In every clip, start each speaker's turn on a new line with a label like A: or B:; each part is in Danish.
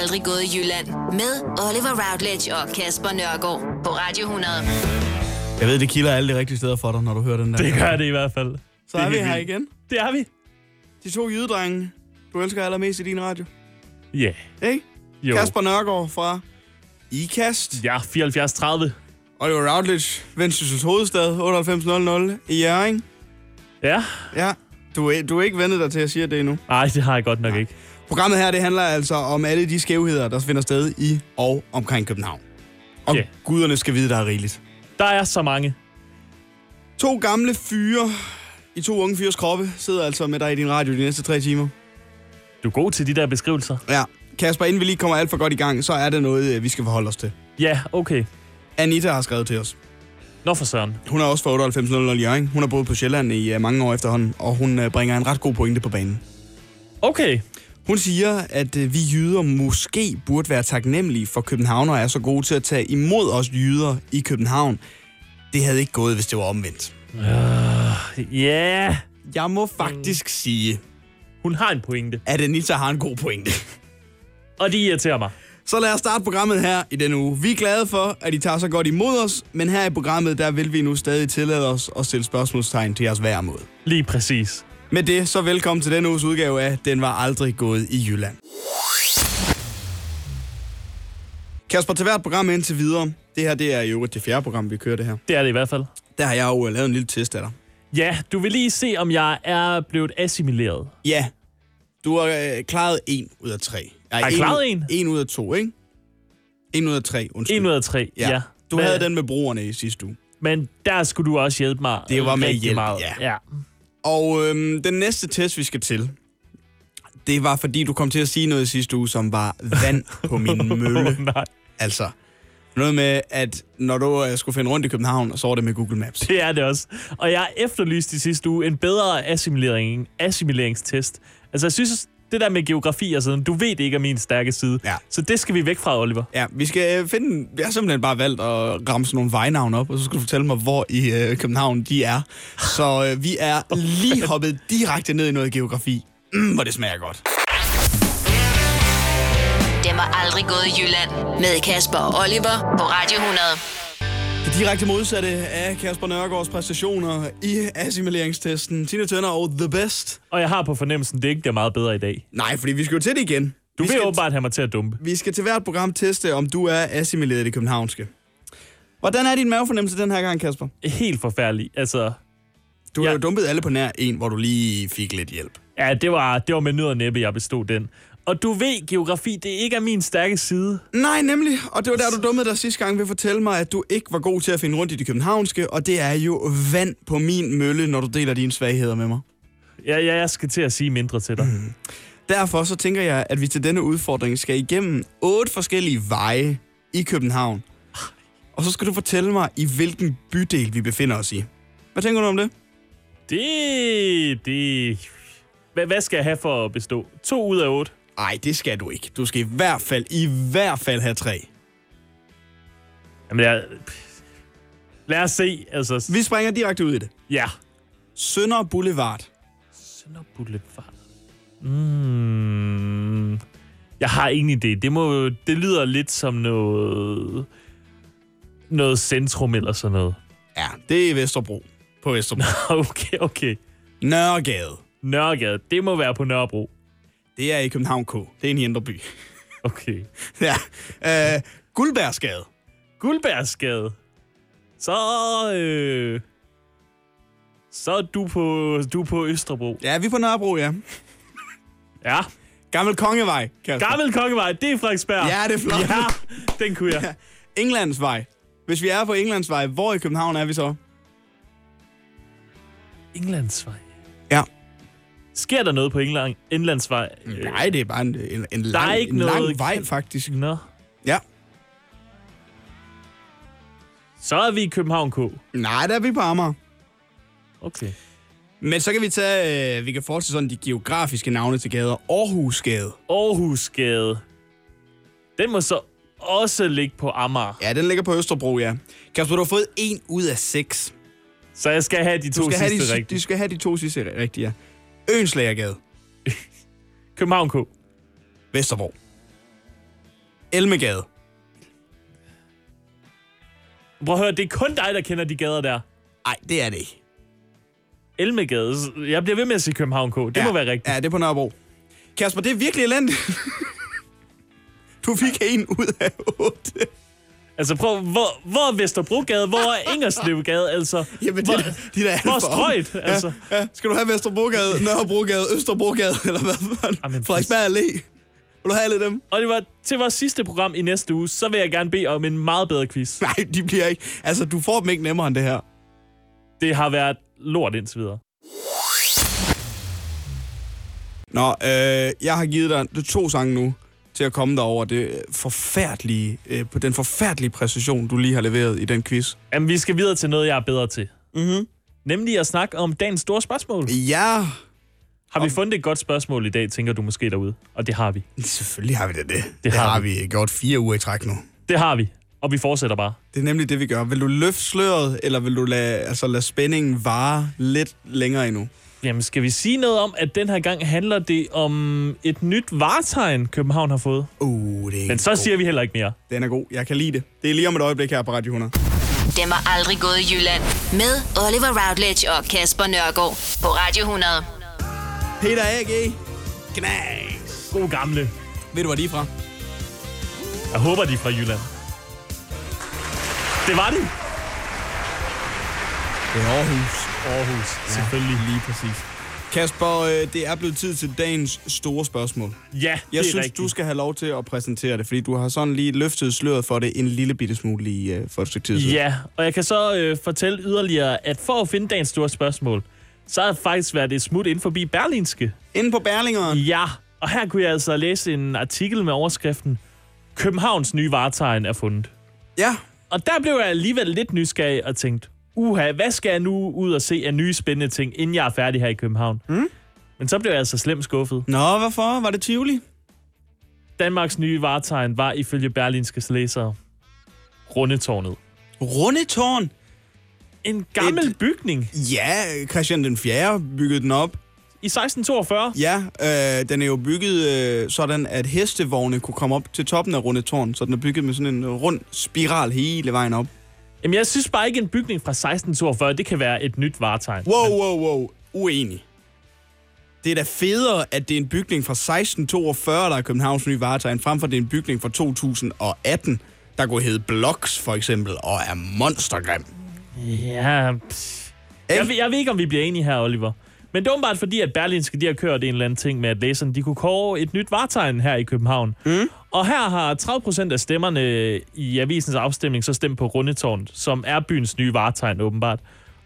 A: aldrig gået i Jylland med Oliver Routledge og Kasper Nørgaard på Radio 100.
B: Jeg ved, det kilder alle de rigtige steder for dig, når du hører den der.
C: Det gør det i hvert fald.
B: Så
C: Det
B: er vi
C: helt
B: her
C: vildt.
B: igen.
C: Det er vi.
B: De to jydedrenge, du elsker allermest i din radio.
C: Ja.
B: Ikke?
C: Jo.
B: Kasper Nørgaard fra IKAST.
C: Ja, 74 30.
B: Oliver Routledge, Vendsyssels hovedstad, 9800 i Jæring.
C: Ja.
B: Ja, du er, du er ikke vendet dig til at sige det endnu.
C: Nej, det har jeg godt nok ikke.
B: Programmet her, det handler altså om alle de skævheder, der finder sted i og omkring København. Og
C: Ja.
B: guderne skal vide, der er rigeligt.
C: Der er så mange.
B: To gamle fyre i to unge fyres kroppe sidder altså med dig i din radio de næste tre timer.
C: Du er god til de der beskrivelser.
B: Ja. Kasper, inden vi lige kommer alt for godt i gang, så er det noget, øh, vi skal forholde os til.
C: Ja, okay.
B: Anita har skrevet til os.
C: Nå for søren.
B: Hun er også fra 9800 i Jørgen. Hun har boet på Sjælland i øh, mange år efterhånden, og hun øh, bringer en ret god pointe på banen.
C: Okay.
B: Hun siger, at øh, vi jyder måske burde være taknemmelige for København, og er så gode til at tage imod os jyder i København. Det havde ikke gået, hvis det var omvendt.
C: Ja. Yeah.
B: Jeg må faktisk sige,
C: Hun har en pointe.
B: at Anita har en god pointe.
C: Og det irriterer mig.
B: Så lad os starte programmet her i denne uge. Vi er glade for, at I tager så godt imod os, men her i programmet, der vil vi nu stadig tillade os at stille spørgsmålstegn til jeres værmåde.
C: Lige præcis.
B: Med det, så velkommen til denne uges udgave af Den var aldrig gået i Jylland. Kasper, til hvert program indtil videre, det her det er jo det fjerde program, vi kører det her.
C: Det er det i hvert fald.
B: Der har jeg jo øh, lavet en lille test af dig.
C: Ja, du vil lige se, om jeg er blevet assimileret.
B: Ja, du har øh, klaret en ud af tre. Ej,
C: jeg klaret en?
B: En ud af to, ikke? En ud af tre, undskyld.
C: 1 ud af 3.
B: ja.
C: ja.
B: Du
C: men,
B: havde den med brugerne i sidste uge.
C: Men der skulle du også hjælpe mig.
B: Det var med
C: rigtig
B: hjælp,
C: meget.
B: ja.
C: ja.
B: Og øhm, den næste test, vi skal til, det var, fordi du kom til at sige noget i sidste uge, som var vand på min mølle.
C: Nej,
B: Altså, noget med, at når du øh, skulle finde rundt i København, så var det med Google Maps.
C: det er det også. Og jeg efterlyste i sidste uge en bedre assimilering, assimileringstest. Altså, jeg synes, det der med geografi og sådan, du ved det ikke er min stærke side.
B: Ja.
C: Så det skal vi væk fra, Oliver.
B: Ja, vi skal øh, finde... Jeg har simpelthen bare valgt at ramme sådan nogle vejnavne op, og så skal du fortælle mig, hvor i øh, København de er. Så øh, vi er lige hoppet direkte ned i noget geografi. Mm, hvor det smager godt.
A: Den var aldrig gået i Jylland med Kasper og Oliver på Radio 100.
B: Det direkte modsatte af Kasper Nørgaards præstationer i assimileringstesten. Tina Turner og The Best.
C: Og jeg har på fornemmelsen, det ikke bliver meget bedre i dag.
B: Nej, fordi vi skal jo til det igen. vi
C: Du vil
B: skal,
C: åbenbart have mig til at dumpe.
B: Vi skal til hvert program teste, om du er assimileret i det københavnske. Hvordan er din mavefornemmelse den her gang, Kasper?
C: Helt forfærdeligt. Altså,
B: Du har
C: Ja.
B: jo dumpet alle på nær en, hvor du lige fik lidt hjælp.
C: ja, det var, det var med nød og næppe, jeg bestod den. Og du ved, geografi, det ikke er min stærke side.
B: Nej, nemlig. Og det var der, du dummede dig sidste gang ved at fortælle mig, at du ikke var god til at finde rundt i det københavnske, og det er jo vand på min mølle, når du deler dine svagheder med mig.
C: Ja, ja, jeg skal til at sige mindre til dig.
B: Mm. Derfor så tænker jeg, at vi til denne udfordring skal igennem otte forskellige veje i København. Og så skal du fortælle mig, i hvilken bydel vi befinder os i. Hvad tænker du om det?
C: Det, det... Hvad, hvad skal jeg have for at bestå? To ud af otte.
B: Nej, det skal du ikke. Du skal i hvert fald, i hvert fald have tre.
C: Jamen, jeg... Lad os se, altså...
B: Vi springer direkte ud i det.
C: Ja.
B: Sønder Boulevard.
C: Sønder Boulevard. Mm. Jeg har ingen idé. Det, må, det lyder lidt som noget... Noget centrum eller sådan noget.
B: Ja, det er Vesterbro. På Vesterbro.
C: Okay, okay.
B: Nørregade.
C: Nørregade. Det må være på Nørrebro.
B: Det er i København K. Det er en indre by.
C: Okay.
B: ja. Øh, Guldbærsgade.
C: Guldbærsgade. Så... Øh, så er du på, du er på Østerbro.
B: Ja, vi er på Nørrebro, ja.
C: Ja.
B: Gammel Kongevej, Kasper.
C: Gammel Kongevej, det er Frederiksberg.
B: Ja, det er flot.
C: Ja, den kunne jeg.
B: Englandsvej. Hvis vi er på Englandsvej, hvor i København er vi så?
C: Englandsvej.
B: Ja.
C: Sker der noget på England, Englandsvej?
B: Nej, det er bare en, en, en,
C: Der er
B: lang,
C: ikke
B: en
C: noget
B: lang vej,
C: kendt-
B: faktisk.
C: Nå.
B: Ja.
C: Så er vi i København K.
B: Nej, der er vi på Amager.
C: Okay.
B: Men så kan vi tage, øh, vi kan fortsætte sådan de geografiske navne til gader. Aarhusgade.
C: Aarhusgade. Den må så også ligge på Amager.
B: Ja, den ligger på Østerbro, ja. Kasper, du har fået en ud af seks.
C: Så jeg skal have de to
B: Du skal, have
C: sidste
B: de,
C: rigtige.
B: du skal have de to sidste rigtige, ja. Øenslagergade.
C: København K.
B: Vesterbro. Elmegade.
C: Prøv at høre, det er kun dig, der kender de gader der.
B: Nej, det er det ikke.
C: Elmegade. Jeg bliver ved med at sige København K. Det ja. må være rigtigt.
B: Ja, det er på Nørrebro. Kasper, det er virkelig elendigt. du fik en ud af otte.
C: Altså prøv, hvor, hvor er Vesterbrogade? Hvor er Ingerslevgade? Altså,
B: Jamen,
C: hvor,
B: det, er- det er da alt
C: hvor er
B: for om.
C: strøget? Altså,
B: Ja, ja. Skal du have Vesterbrogade, Nørrebrogade, Østerbrogade, eller hvad for
C: Jamen,
B: en? Frederiksberg Allé. Vil du have alle dem?
C: Og det var til vores sidste program i næste uge, så vil jeg gerne bede om en meget bedre quiz.
B: Nej, de bliver ikke. Altså, du får dem ikke nemmere end det her.
C: Det har været lort indtil videre.
B: Nå, øh, jeg har givet dig to sange nu til at komme dig over det øh, forfærdelige, øh, på den forfærdelige præcision, du lige har leveret i den quiz.
C: Jamen, vi skal videre til noget, jeg er bedre til. Mm-hmm. Nemlig at snakke om dagens store spørgsmål.
B: Ja,
C: Har vi fundet et godt spørgsmål i dag, tænker du måske derude? Og det har vi.
B: selvfølgelig har vi da det. Det,
C: har
B: vi gjort fire uger i træk nu.
C: Det har vi. Og vi fortsætter bare.
B: Det er nemlig det, vi gør. Vil du løfte sløret, eller vil du lade, altså, lade spændingen vare lidt længere endnu?
C: Jamen, skal vi sige noget om, at den her gang handler det om et nyt varetegn, København har fået?
B: Uh, det er
C: Men så siger vi heller ikke mere.
B: Den er god. Jeg kan lide det. Det er lige om et øjeblik her på Radio 100.
A: Den var aldrig gået i Jylland. Med Oliver Routledge og Kasper Nørgaard på Radio 100.
B: Peter A.G. Gnæs.
C: God gamle.
B: Ved du, hvor de er fra?
C: Jeg håber, de er fra Jylland. Det var det.
B: Det er Aarhus.
C: Aarhus, selvfølgelig.
B: Lige præcis. Kasper, øh, det er blevet tid til dagens store spørgsmål.
C: Ja, det
B: Jeg
C: er
B: synes,
C: rigtigt.
B: du skal have lov til at præsentere det, fordi du har sådan lige løftet sløret for det en lille bitte smule lige øh, for et stykke tid siden.
C: Ja, og jeg kan så øh, fortælle yderligere, at for at finde dagens store spørgsmål, så har jeg faktisk været et smut ind forbi Berlinske.
B: Inde på Berlingeren.
C: Ja, og her kunne jeg altså læse en artikel med overskriften Københavns nye varetegn er fundet.
B: Ja.
C: Og der blev jeg alligevel lidt nysgerrig og tænkte, uha, hvad skal jeg nu ud og se af nye spændende ting, inden jeg er færdig her i København? Mm? Men så blev jeg altså slemt skuffet.
B: Nå, hvorfor? Var det Tivoli?
C: Danmarks nye varetegn var ifølge Berlinskes læsere Rundetårnet.
B: Rundetårn.
C: En gammel
B: Et-
C: bygning
B: Ja, Christian den 4. byggede den op.
C: i 1642.
B: Ja, øh, den er jo bygget øh, sådan, at hestevogne kunne komme op til toppen af Rundetårn, så den er bygget med sådan en rund spiral hele vejen op.
C: Jamen, jeg synes bare ikke, en bygning fra 1642, det kan være et nyt varetegn.
B: Wow, wow, wow. Uenig. Det er da federe, at det er en bygning fra 1642, der er Københavns nye varetegn, frem for at det er en bygning fra 2018, der kunne hedde Blocks for eksempel, og er monstergrim.
C: Ja, pff. jeg, ved- jeg ved ikke, om vi bliver enige her, Oliver. Men det er åbenbart fordi, at Berlinske de har kørt en eller anden ting med, at læserne de kunne kåre et nyt varetegn her i København. Mm. Og her har 30 af stemmerne i avisens afstemning så stemt på Rundetårn, som er byens nye varetegn åbenbart.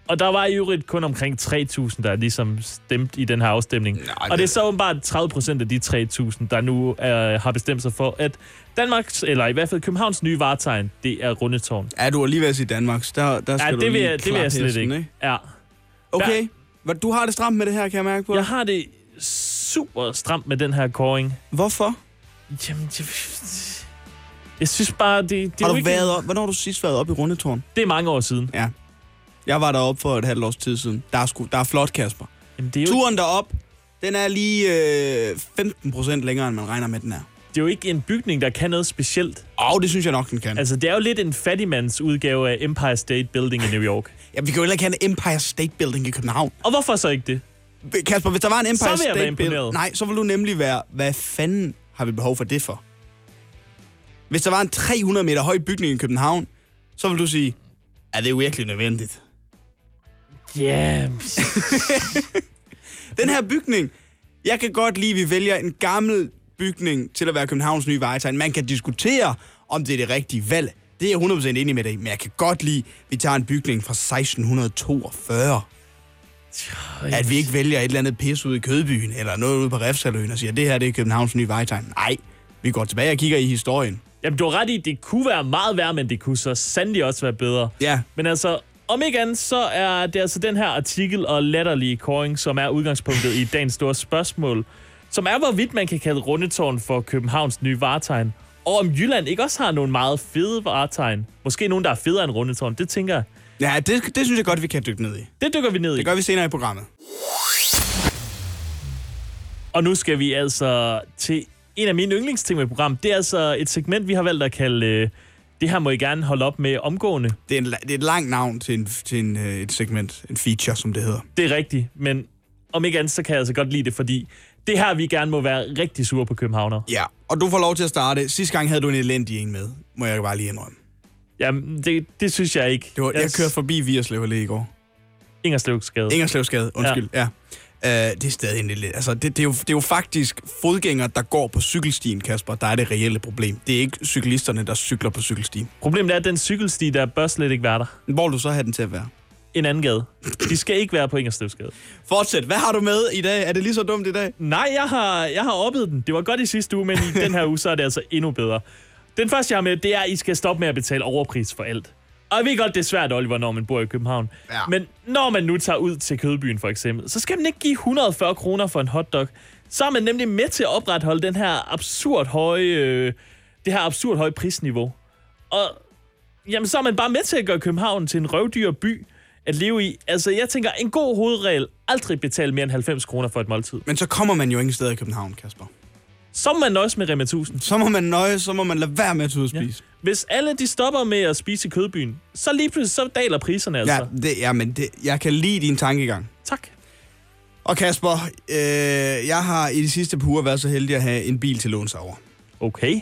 C: Og der var i øvrigt kun omkring 3.000, der ligesom stemte i den her afstemning. Nej, og det er
B: det-
C: så åbenbart 30 procent af de 3.000, der nu øh, har bestemt sig for, at Danmarks, eller i hvert fald Københavns nye varetegn, det er Rundetårn.
B: Er du er lige ved at sige Danmarks? Der, der skal
C: Ja,
B: du
C: det vil,
B: lige
C: jeg, det vil
B: klappe
C: jeg slet
B: hesten,
C: ikke. Ja.
B: Okay, Hvad- du har det stramt med det her, kan jeg mærke på dig.
C: Jeg har det super stramt med den her koring.
B: Hvorfor?
C: Jamen, jeg, jeg synes bare, det, det, er
B: Har
C: jo
B: du
C: ikke,
B: været op, hvornår har du sidst været op i Rundetårn?
C: det er mange år siden.
B: Ja. Jeg var deroppe for et halvt års tid siden. Der er, sku, der er flot, Kasper.
C: Jamen, det, er jo,
B: Turen derop, den er lige øh, 15 procent længere, end man regner med, den er.
C: det er jo ikke en bygning, der kan noget specielt.
B: Og det synes jeg nok, den kan. Altså,
C: Altså, det er jo lidt en fattigmands udgave af Empire State Building i New York.
B: ja, vi kan jo heller ikke have en Empire State Building i København.
C: Og hvorfor så ikke det?
B: Kasper, hvis der var en Empire
C: Så vil jeg være
B: State Building...
C: imponeret.
B: Nej, så vil du nemlig være, hvad fanden har vi behov for det for? Hvis der var en 300 meter høj bygning i København, så vil du sige, er det virkelig nødvendigt?
C: Ja,
B: Den her bygning, jeg kan godt lide, at vi vælger en gammel bygning til at være Københavns nye vejetegn. Man kan diskutere, om det er det rigtige valg. Det er jeg 100% enig med dig i, men jeg kan godt lide, at vi tager en bygning fra 1642. At vi ikke vælger et eller andet pis ude i Kødbyen, eller noget ude på Refsaløen og siger, det her det er Københavns nye vejtegn. Nej, vi går tilbage og kigger i historien.
C: Jamen, du har ret i, det kunne være meget værre, men det kunne så sandelig også være bedre.
B: Ja.
C: Men altså, om ikke andet, så er det altså den her artikel og latterlige koring, som er udgangspunktet i dagens store spørgsmål, som er, hvorvidt man kan kalde Rundetårn for Københavns nye varetegn. Og om Jylland ikke også har nogle meget fede varetegn. Måske nogen, der er federe end Rundetårn. Det tænker jeg.
B: Ja, det, det synes jeg godt, vi kan dykke ned i.
C: Det dykker vi ned i.
B: Det gør vi senere i programmet.
C: Og nu skal vi altså til en af mine yndlingsting med programmet, det er altså et segment, vi har valgt at kalde... Øh, det her må I gerne holde op med omgående.
B: Det er, en, la- det er et langt navn til, en, til en, øh, et segment, en feature, som det hedder.
C: Det er rigtigt, men om ikke andet, så kan jeg altså godt lide det, fordi det her, vi gerne må være rigtig sure på københavner.
B: Ja, og du får lov til at starte. Sidste gang havde du en elendig en med, må jeg bare lige indrømme.
C: Jamen, det, det synes jeg ikke.
B: Det var, jeg
C: s-
B: kørte forbi Vierslev Allé i går.
C: Ingerslevsgade.
B: Ingerslevsgade, undskyld. Ja. ja. Uh, det er stadig en lille... Altså, det, det, er jo, det er jo faktisk fodgængere, der går på cykelstien, Kasper, der er det reelle problem. Det er ikke cyklisterne, der cykler på cykelstien.
C: Problemet er, at den cykelsti, der bør slet ikke være der.
B: Hvor vil du så have den til at være?
C: En anden gade. De skal ikke være på Ingerslevsgade.
B: Fortsæt. Hvad har du med i dag? Er det lige så dumt i dag?
C: Nej, jeg har, jeg har oppet den. Det var godt i sidste uge, men i den her uge, så er det altså endnu bedre. Den første, jeg har med, det er, at I skal stoppe med at betale overpris for alt. Og jeg ved godt, det er svært, Oliver, når man bor i København.
B: Ja.
C: Men når man nu tager ud til Kødbyen for eksempel, så skal man ikke give 140 kroner for en hotdog. Så er man nemlig med til at opretholde den her absurd høje, øh, det her absurd høje prisniveau. Og jamen, så er man bare med til at gøre København til en røvdyr by at leve i. Altså, jeg tænker, en god hovedregel, aldrig betale mere end 90 kroner for et måltid.
B: Men så kommer man jo ingen steder i København, Kasper.
C: Så må man nøjes med Rema 1000.
B: Så må man nøje, så må man lade være med at tage ud og spise.
C: Hvis alle de stopper med at spise i kødbyen, så lige pludselig så daler priserne altså.
B: Ja,
C: Ja.
B: det, ja men det, jeg kan lide din tankegang.
C: Tak.
B: Og Kasper, øh, jeg har i de sidste par uger været så heldig at have en bil til lånsauer.
C: Okay.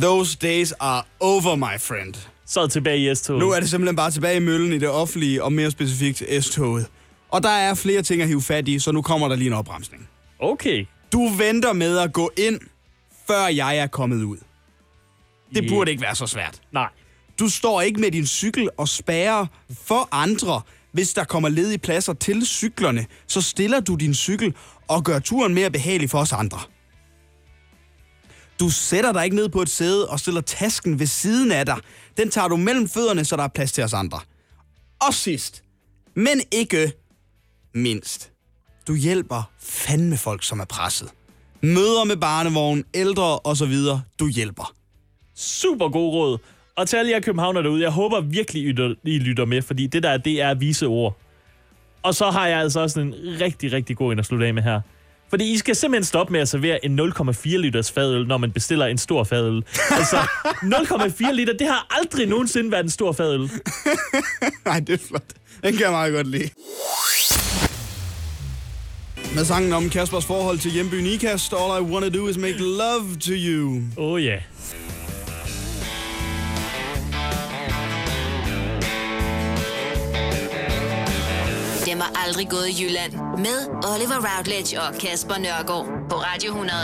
B: Those days are over, my friend.
C: Så tilbage i S-toget.
B: Nu er det simpelthen bare tilbage i møllen i det offentlige, og mere specifikt S-toget. Og der er flere ting at hive fat i, så nu kommer der lige en opbremsning.
C: Okay.
B: Du venter med at gå ind, før jeg er kommet ud. Det
C: Yeah.
B: burde ikke være så svært.
C: Nej.
B: Du står ikke med din cykel og spærrer for andre. Hvis der kommer ledige pladser til cyklerne, så stiller du din cykel og gør turen mere behagelig for os andre. Du sætter dig ikke ned på et sæde og stiller tasken ved siden af dig. Den tager du mellem fødderne, så der er plads til os andre. Og sidst, men ikke mindst, du hjælper fandme folk, som er presset. Møder med barnevogn, ældre osv., du hjælper.
C: Super god råd. Og til alle jer københavner derude, jeg håber virkelig, I lytter- I lytter med, fordi det der, det er vise ord. Og så har jeg altså også en rigtig, rigtig god en at slutte af med her. Fordi I skal simpelthen stoppe med at servere en 0,4 liters fadøl, når man bestiller en stor fadøl. Altså, 0,4 liter, det har aldrig nogensinde været en stor fadøl.
B: Nej, det er flot. Den kan jeg meget godt lide. Med sangen om Kaspers forhold til hjembyen Ikast, All I Wanna Do Is Make Love To You.
C: Åh oh, ja. Yeah.
A: Det må aldrig gået i Jylland. Med Oliver Routledge og Kasper Nørgaard på Radio 100.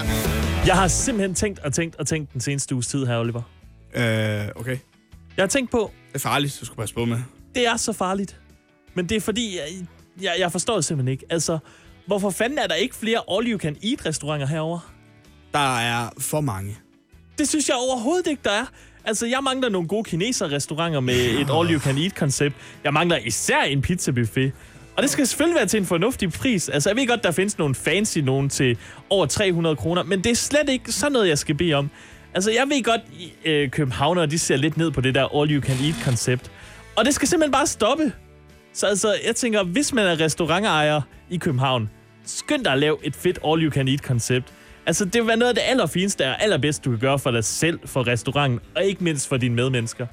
C: Jeg har simpelthen tænkt og tænkt og tænkt den seneste uges tid her, Oliver.
B: Øh, okay.
C: Jeg har tænkt på,
B: Det er farligt, du skal passe på med.
C: det er så farligt. Men det er fordi, jeg, jeg, jeg forstår det simpelthen ikke. Altså, hvorfor fanden er der ikke flere all-you-can-eat-restauranter herover?
B: Der er for mange.
C: Det synes jeg overhovedet ikke, der er. Altså, jeg mangler nogle gode kineser-restauranter med et all-you-can-eat-koncept. Jeg mangler især en pizzabuffet. Og det skal selvfølgelig være til en fornuftig pris. Altså, jeg ved godt, der findes nogle fancy nogen til over 300 kroner, men det er slet ikke sådan noget, jeg skal bede om. Altså, jeg ved godt, I, øh, københavnere, de ser lidt ned på det der all-you-can-eat-koncept. Og det skal simpelthen bare stoppe. Så altså, jeg tænker, hvis man er restaurantejer i København, skynd dig at lave et fedt all-you-can-eat-koncept. Altså, det vil være noget af det allerfineste og allerbedste, du kan gøre for dig selv, for restauranten, og ikke mindst for dine medmennesker.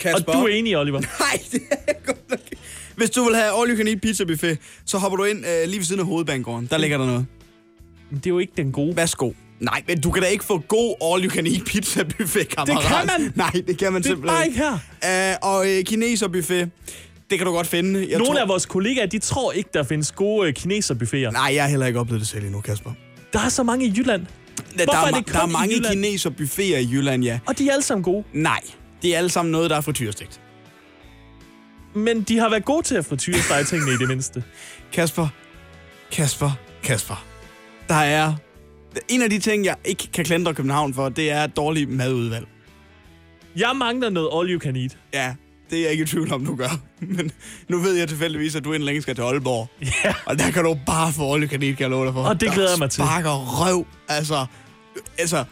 B: Kasper.
C: Og du er enig, Oliver.
B: Nej, det er godt nok ikke. Hvis du vil have all you can eat pizza buffet, så hopper du ind øh, lige ved siden af hovedbanegården. Der ligger der noget.
C: Men det er jo ikke den gode.
B: Værsgo. Nej, men du kan da ikke få god all you can eat pizza buffet, kammerat.
C: kan man.
B: Nej, det kan man
C: Det er
B: simpelthen
C: bare ikke her.
B: Øh, og øh, kineser buffet, det kan du godt finde. Jeg
C: Nogle
B: tror-
C: af vores kollegaer, de tror ikke, der findes gode øh, kineserbuffeter.
B: Nej, jeg har heller ikke oplevet det selv endnu, Kasper.
C: Der er så mange i Jylland,
B: Der, der,
C: er
B: er,
C: det
B: ma-
C: kun
B: der er
C: i
B: mange
C: Jylland?
B: kineser buffeter i Jylland, ja.
C: og de er alle sammen gode.
B: Nej, det er alle sammen noget, der er frityrestegt.
C: Men de har været gode til at frityre tingene i det mindste.
B: Kasper, Kasper, Kasper. Der er... En af de ting, jeg ikke kan klandre København for, det er et dårligt madudvalg.
C: Jeg mangler noget all-you-can-eat.
B: Ja, det er jeg ikke i tvivl om, du gør. Men nu ved jeg tilfældigvis, at du inden længe skal til Aalborg.
C: Ja.
B: Og der kan du bare få olie kanel, kan jeg love dig for.
C: Og det
B: Der
C: glæder jeg mig til.
B: Sparker røv, altså... Altså,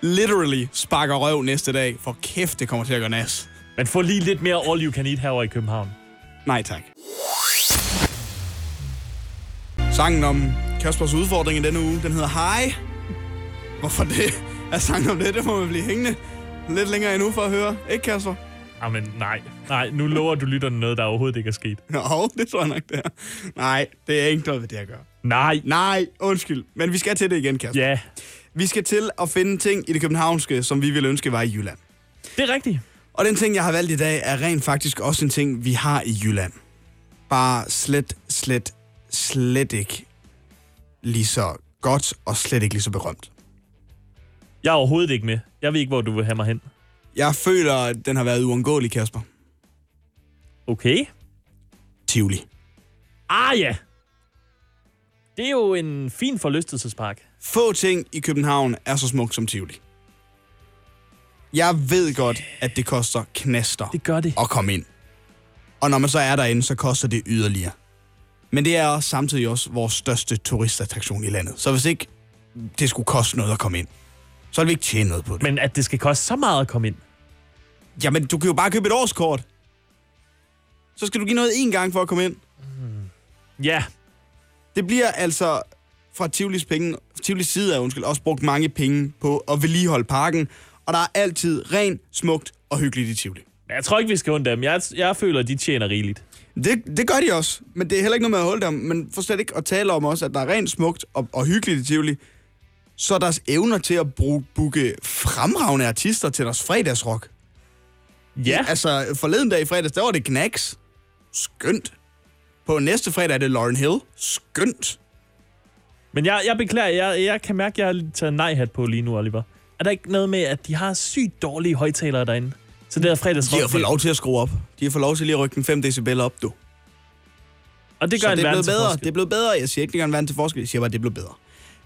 B: literally sparker røv næste dag. For kæft, det kommer til at gøre nas.
C: Men få lige lidt mere all-you-can-eat herovre i København.
B: Nej, tak. Sangen om Kaspers udfordring i denne uge, den hedder Hej. Hvorfor det? Er sangen om det? Det må man blive hængende lidt længere endnu for at høre. Ikke, Kasper?
C: Jamen, nej. Nej, nu lover du lytterne noget, der overhovedet ikke er sket.
B: Jo, det tror jeg nok, det er. Nej, det er ikke noget, ved det at gøre.
C: Nej.
B: Nej, undskyld. Men vi skal til det igen, Kasper.
C: Ja,
B: Vi skal til at finde ting i det københavnske, som vi ville ønske var i Jylland.
C: det er rigtigt.
B: Og den ting, jeg har valgt i dag, er rent faktisk også en ting, vi har i Jylland. Bare slet, slet, slet ikke lige så godt og slet ikke lige så berømt.
C: Jeg er overhovedet ikke med. Jeg ved ikke, hvor du vil have mig hen.
B: Jeg føler, at den har været uundgåelig, Kasper.
C: Okay.
B: Tivoli.
C: Ah ja. Det er jo en fin forlystelsespark.
B: Få ting i København er så smukt som Tivoli. Jeg ved godt, at det koster knaster
C: Det gør det.
B: at komme ind. Og når man så er derinde, så koster det yderligere. Men det er også samtidig også vores største turistattraktion i landet. Så hvis ikke det skulle koste noget at komme ind, så ville vi ikke tjene noget på det.
C: Men at det skal koste så meget at komme ind.
B: Jamen, du kan jo bare købe et årskort. Så skal du give noget én gang for at komme ind.
C: Ja,
B: Det bliver altså fra Tivolis, penge, Tivolis side af, undskyld, også brugt mange penge på at vedligeholde parken, og der er altid rent, smukt og hyggeligt i Tivoli.
C: men jeg tror ikke, vi skal undre dem. Jeg, jeg føler, at de tjener rigeligt.
B: Det, det gør de også, men det er heller ikke noget med at holde dem, men for slet ikke at tale om også, at der er rent, smukt og, og hyggeligt i Tivoli, så er deres evner til at bruge, booke fremragende artister til deres fredagsrock.
C: Ja,
B: Altså, forleden dag i fredags, der var det Knacks. Skønt. På næste fredag er det Lauren Hill. Skønt.
C: men jeg, jeg beklager. Jeg, jeg kan mærke, at jeg har taget nej-hat på lige nu, Oliver. Er der ikke noget med, at de har sygt dårlige højtalere derinde? Så det er fredagsrock.
B: De har fået lov til at skrue op. De har fået lov til lige at rykke den 5 decibel op, du.
C: Og det gør
B: Så
C: en
B: det er blevet
C: verden til
B: bedre.
C: forskel.
B: Det er blevet bedre. Jeg siger ikke, det gør en verden til forskel. Jeg siger bare, det er blevet bedre.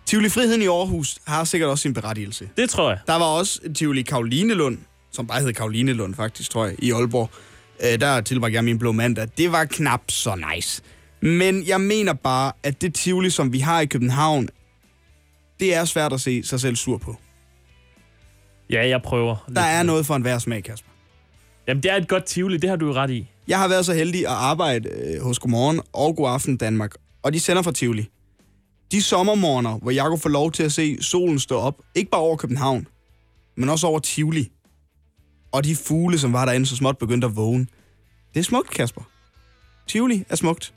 B: Tivoli Friheden i Aarhus har sikkert også sin berettigelse.
C: det tror jeg.
B: Der var også Tivoli Karolinelund, som bare hed Karolinelund faktisk, tror jeg, i Aalborg. Øh, der tilbragte jeg min blå mandag. Det var knap så nice. Men jeg mener bare, at det Tivoli, som vi har i København, det er svært at se sig selv sur på.
C: Ja, jeg prøver.
B: Der er noget for enhver smag, Kasper.
C: Jamen, det er et godt tivoli. Det har du jo ret i.
B: Jeg har været så heldig at arbejde øh, hos Godmorgen og God Aften Danmark, og de sender fra Tivoli. De sommermorgener, hvor jeg kunne få lov til at se solen stå op, ikke bare over København, men også over Tivoli. Og de fugle, som var derinde så småt, begyndte at vågne. Det er smukt, Kasper. Tivoli er smukt.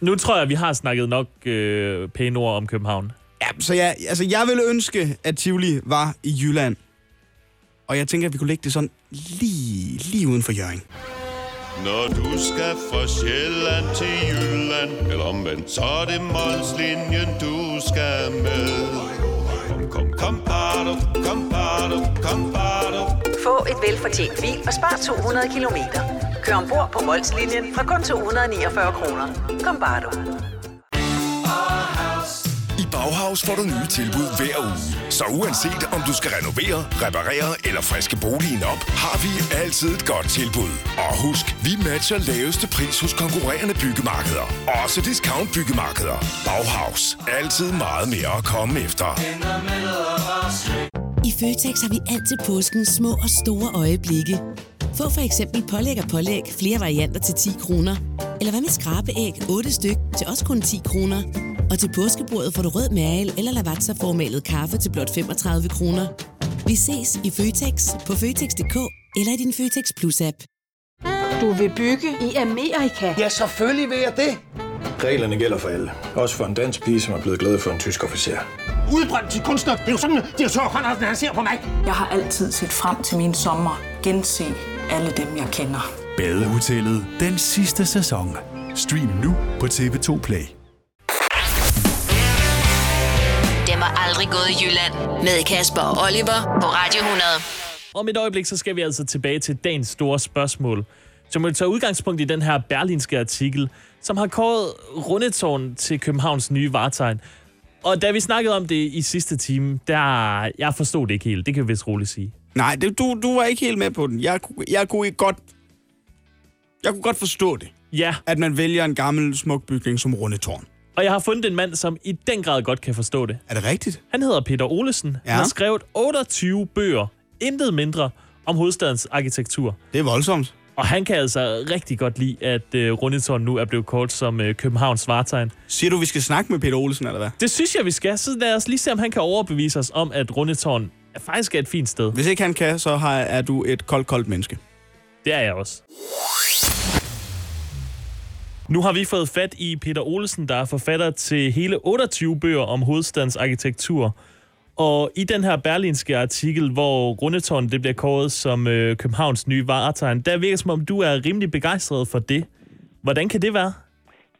C: Nu tror jeg, at vi har snakket nok øh, pæne ord om København.
B: Ja, så jeg, altså, jeg ville ønske, at Tivoli var i Jylland. Og jeg tænker, at vi kunne lægge det sådan lige, lige uden for Jørgen.
D: Når du skal fra Sjælland til Jylland Eller omvendt, så er det Molslinjen, du skal med Kom, kom, kom, bardo, kom, bardo, kom, bardo.
E: Få et velfortjent bil og spar 200 kilometer. Kør ombord på Molslinjen fra kun 249 kroner. Kom bare du.
F: I Bauhaus får du nye tilbud hver uge. Så uanset om du skal renovere, reparere eller friske boligen op, har vi altid et godt tilbud. Og husk, vi matcher laveste pris hos konkurrerende byggemarkeder. Også discount byggemarkeder. Bauhaus. Altid meget mere at komme efter.
G: I Føtex har vi altid påskens små og store øjeblikke. Få for eksempel pålæg og pålæg flere varianter til 10 kroner. Eller hvad med skrabeæg 8 styk til også kun 10 kroner. Og til påskebordet får du rød mal eller lavatserformalet kaffe til blot 35 kroner. Vi ses i Føtex på Føtex.dk eller i din Føtex Plus-app.
H: Du vil bygge i Amerika?
I: Ja, selvfølgelig vil jeg det.
J: Reglerne gælder for alle. Også for en dansk pige, som er blevet glad for en tysk officer.
I: Udbrændt til kunstner. Det er jo sådan, at de har Conradsen, han ser på mig.
H: Jeg har altid set frem til min sommer. Gense alle dem, jeg kender.
K: Badehotellet den sidste sæson. Stream nu på TV2 Play.
A: Det var aldrig gået i Jylland. Med Kasper og Oliver på Radio 100.
C: Om et øjeblik, så skal vi altså tilbage til dagens store spørgsmål, som vil tage udgangspunkt i den her berlinske artikel, som har kåret rundetårn til Københavns nye vartegn. Og da vi snakkede om det i sidste time, der... Jeg forstod det ikke helt, det kan vi vist roligt sige.
B: Nej, det, du, du var ikke helt med på den. Jeg, kunne- jeg kunne ikke godt... Jeg kunne godt forstå det,
C: Ja,
B: at man vælger en gammel, smuk bygning som Rundetårn.
C: og jeg har fundet en mand, som i den grad godt kan forstå det.
B: Er det rigtigt?
C: Han hedder Peter Olesen. Ja.
B: Ja.
C: Han har skrevet 28 bøger, intet mindre, om hovedstadens arkitektur.
B: Det er voldsomt.
C: Og han kan altså rigtig godt lide, at øh, Rundetårn nu er blevet kort som øh, Københavns vartegn.
B: Siger du, vi skal snakke med Peter Olsen, eller hvad?
C: Det synes jeg, vi skal. Så lad os lige se, om han kan overbevise os om, at Rundetårn er faktisk er et fint sted.
B: Hvis ikke han kan, så har, er du et koldt, koldt menneske.
C: Det er jeg også. Nu har vi fået fat i Peter Olsen, der er forfatter til hele 28 bøger om hovedstadens arkitektur. Og i den her berlinske artikel, hvor Rundetårn det bliver kåret som øh, Københavns nye varetegn, der virker som om, du er rimelig begejstret for det. Hvordan kan det være?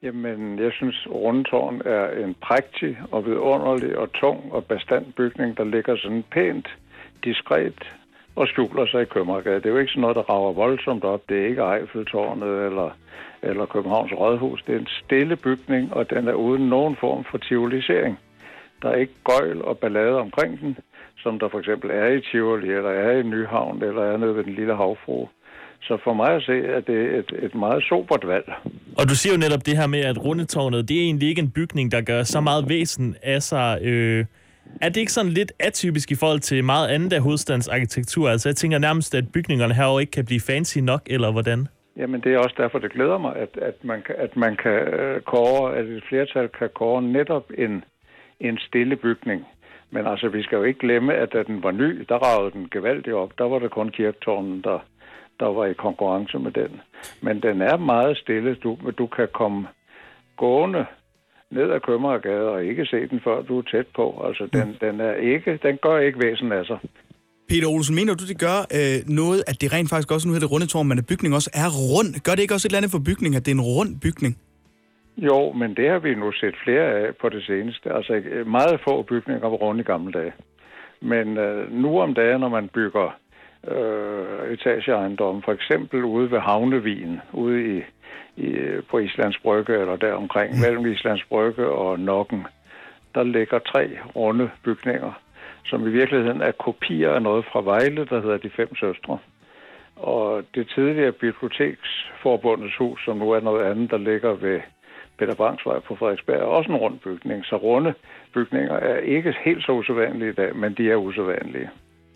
L: Jamen, jeg synes, Rundetårn er en prægtig og vidunderlig og tung og bestand bygning, der ligger sådan pænt, diskret og skjuler sig i Købmagergade. Det er jo ikke sådan noget, der rager voldsomt op. Det er ikke Eiffeltårnet eller, eller Københavns Rådhus. Det er en stille bygning, og den er uden nogen form for civilisering. Der er ikke gøjl og ballade omkring den, som der for eksempel er i Tivoli, eller er i Nyhavn, eller er nede ved den lille havfru. Så for mig at se, at det er et, et meget sobert valg.
C: Og du siger jo netop det her med, at rundetårnet, det er egentlig ikke en bygning, der gør så meget væsen af sig. Øh, er det ikke sådan lidt atypisk i forhold til meget andet af hovedstadens arkitektur? Altså jeg tænker nærmest, at bygningerne herovre ikke kan blive fancy nok, eller hvordan?
L: Jamen, det er også derfor, det glæder mig, at, at man, kan- at man kan øh, kåre, at et flertal kan kåre netop en, en stille bygning. Men altså, vi skal jo ikke glemme, at da den var ny, der ragede den gevaldigt op. Der var det kun kirketårnen, der, der var i konkurrence med den. Men den er meget stille. Du, du kan komme gående ned ad Kømmergade og ikke se den, før du er tæt på. Altså, den, den, er ikke, den gør ikke væsen af sig.
B: Peter Olsen, mener du, det gør øh, noget, at det rent faktisk også, nu hedder det rundetårn, men at bygningen også er rund? Gør det ikke også et eller andet for bygning, at det er en rund bygning?
L: Jo, men det har vi nu set flere af på det seneste. Altså øh, meget få bygninger var rundt i gamle dage. Men øh, nu om dagen, når man bygger øh, etageejendomme, for eksempel ude ved Havnevien, ude i, i, øh, på Islands Brygge eller deromkring, mellem Islands Brygge og Nokken, der ligger tre runde bygninger, som i virkeligheden er kopier af noget fra Vejle, der hedder De Fem Søstre. Og det tidligere Biblioteksforbundets hus, som nu er noget andet, der ligger ved Peter Brangsvej på Frederiksberg, er også en rund bygning. Så runde bygninger er ikke helt så usædvanlige i dag, men de er usædvanlige.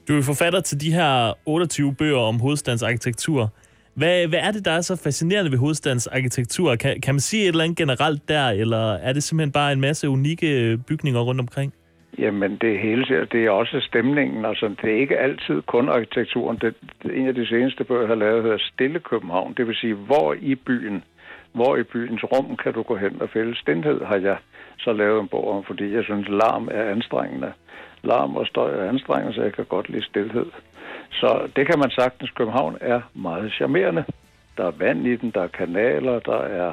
C: Du er forfatter til de her 28 bøger om hovedstadens arkitektur. Hvad, hvad er det, der er så fascinerende ved hovedstadens arkitektur? Kan, kan man sige et eller andet generelt der, eller er det simpelthen bare en masse unikke øh, bygninger rundt omkring?
L: Jamen, det hele ser, det er også stemningen. Altså, det er ikke altid kun arkitekturen. Det, det, en af de seneste bøger, jeg har lavet, hedder Stille København. Det vil sige, hvor i byen, hvor i byens rum kan du gå hen og fælde stillhed, har jeg så lavet en bog om, fordi jeg synes, larm er anstrengende. Larm og støj er anstrengende, så jeg kan godt lide stillhed. Så det kan man sagtens. København er meget charmerende. Der er vand i den, der er kanaler, der er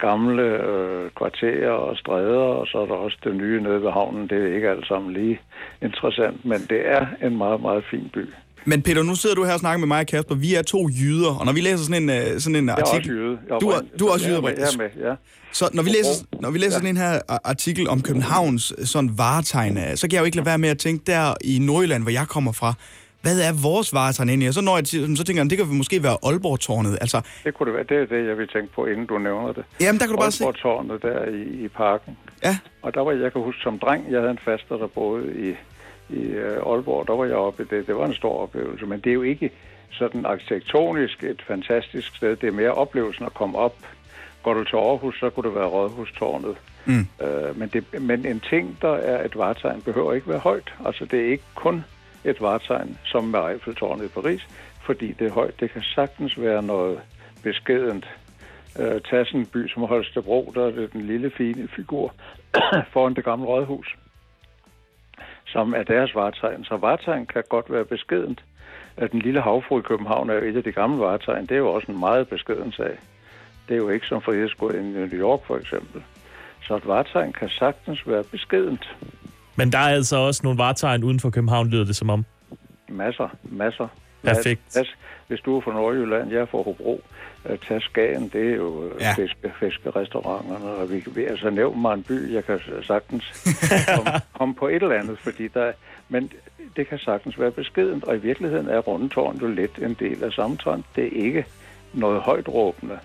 L: gamle øh, kvarterer og stræder, og så er der også det nye nede ved havnen. Det er ikke alt sammen lige interessant, men det er en meget, meget fin by.
B: Men Peter, nu sidder du her og snakker med mig og Kasper. Vi er to jyder, og når vi læser sådan en, øh, sådan en
L: Jeg er også
B: artikel...
L: jyde. Jeg
B: Du er,
L: oprindelig.
B: du er også
L: Jeg
B: jyde,
L: er med, jeg er med, ja.
B: Så når vi læser, når vi læser ja. den her øh, artikel om Københavns øh, sådan varetegn, øh, så kan jeg jo ikke lade være med at tænke der i Nordjylland, hvor jeg kommer fra, hvad er vores varetegn egentlig? Og så når jeg til, så tænker jeg, det kan måske være Aalborg-tårnet. Altså,
L: Det kunne det være. Det er det, jeg vil tænke på, inden du nævner det.
B: Jamen, der kan du bare se-
L: se... tårnet der i, i parken.
B: Ja.
L: Og der var jeg, kan huske, som dreng, jeg havde en faster, der boede i, i øh, Aalborg. Der var jeg oppe i det. Det var en stor oplevelse. Men det er jo ikke sådan arkitektonisk et fantastisk sted. Det er mere oplevelsen at komme op. Går du til Aarhus, så kunne det være Rådhustårnet.
M: Mm.
L: Øh, men, det, men en ting, der er et vartegn, behøver ikke være højt. Altså, det er ikke kun et vartegn, som med Eiffeltårnet i Paris, fordi det er højt. Det kan sagtens være noget beskedent. Øh, tag sådan en by som Holstebro, der er det den lille fine figur foran det gamle rådhus, som er deres vartegn. Så vartegn kan godt være beskedent. At den lille havfru i København er jo et af de gamle vartegn. Det er jo også en meget beskeden sag. Det er jo ikke som frihedsgården i New York, for eksempel. Så et vartegn kan sagtens være beskedent.
C: Men der er altså også nogle vartegn uden for København, lyder det som om.
L: Masser, masser.
C: Perfekt.
L: Tag, hvis du er fra Nordjylland, jeg er fra Hobro, øh, tag Skagen, det er jo ja. fiske, fiskerestauranterne, og vi kan altså nævne mig en by, jeg kan sagtens komme kom på et eller andet, fordi der er- men det kan sagtens være beskedent, og i virkeligheden er Rundetårn jo lidt en del af samtånd. Det er ikke noget højt råbende.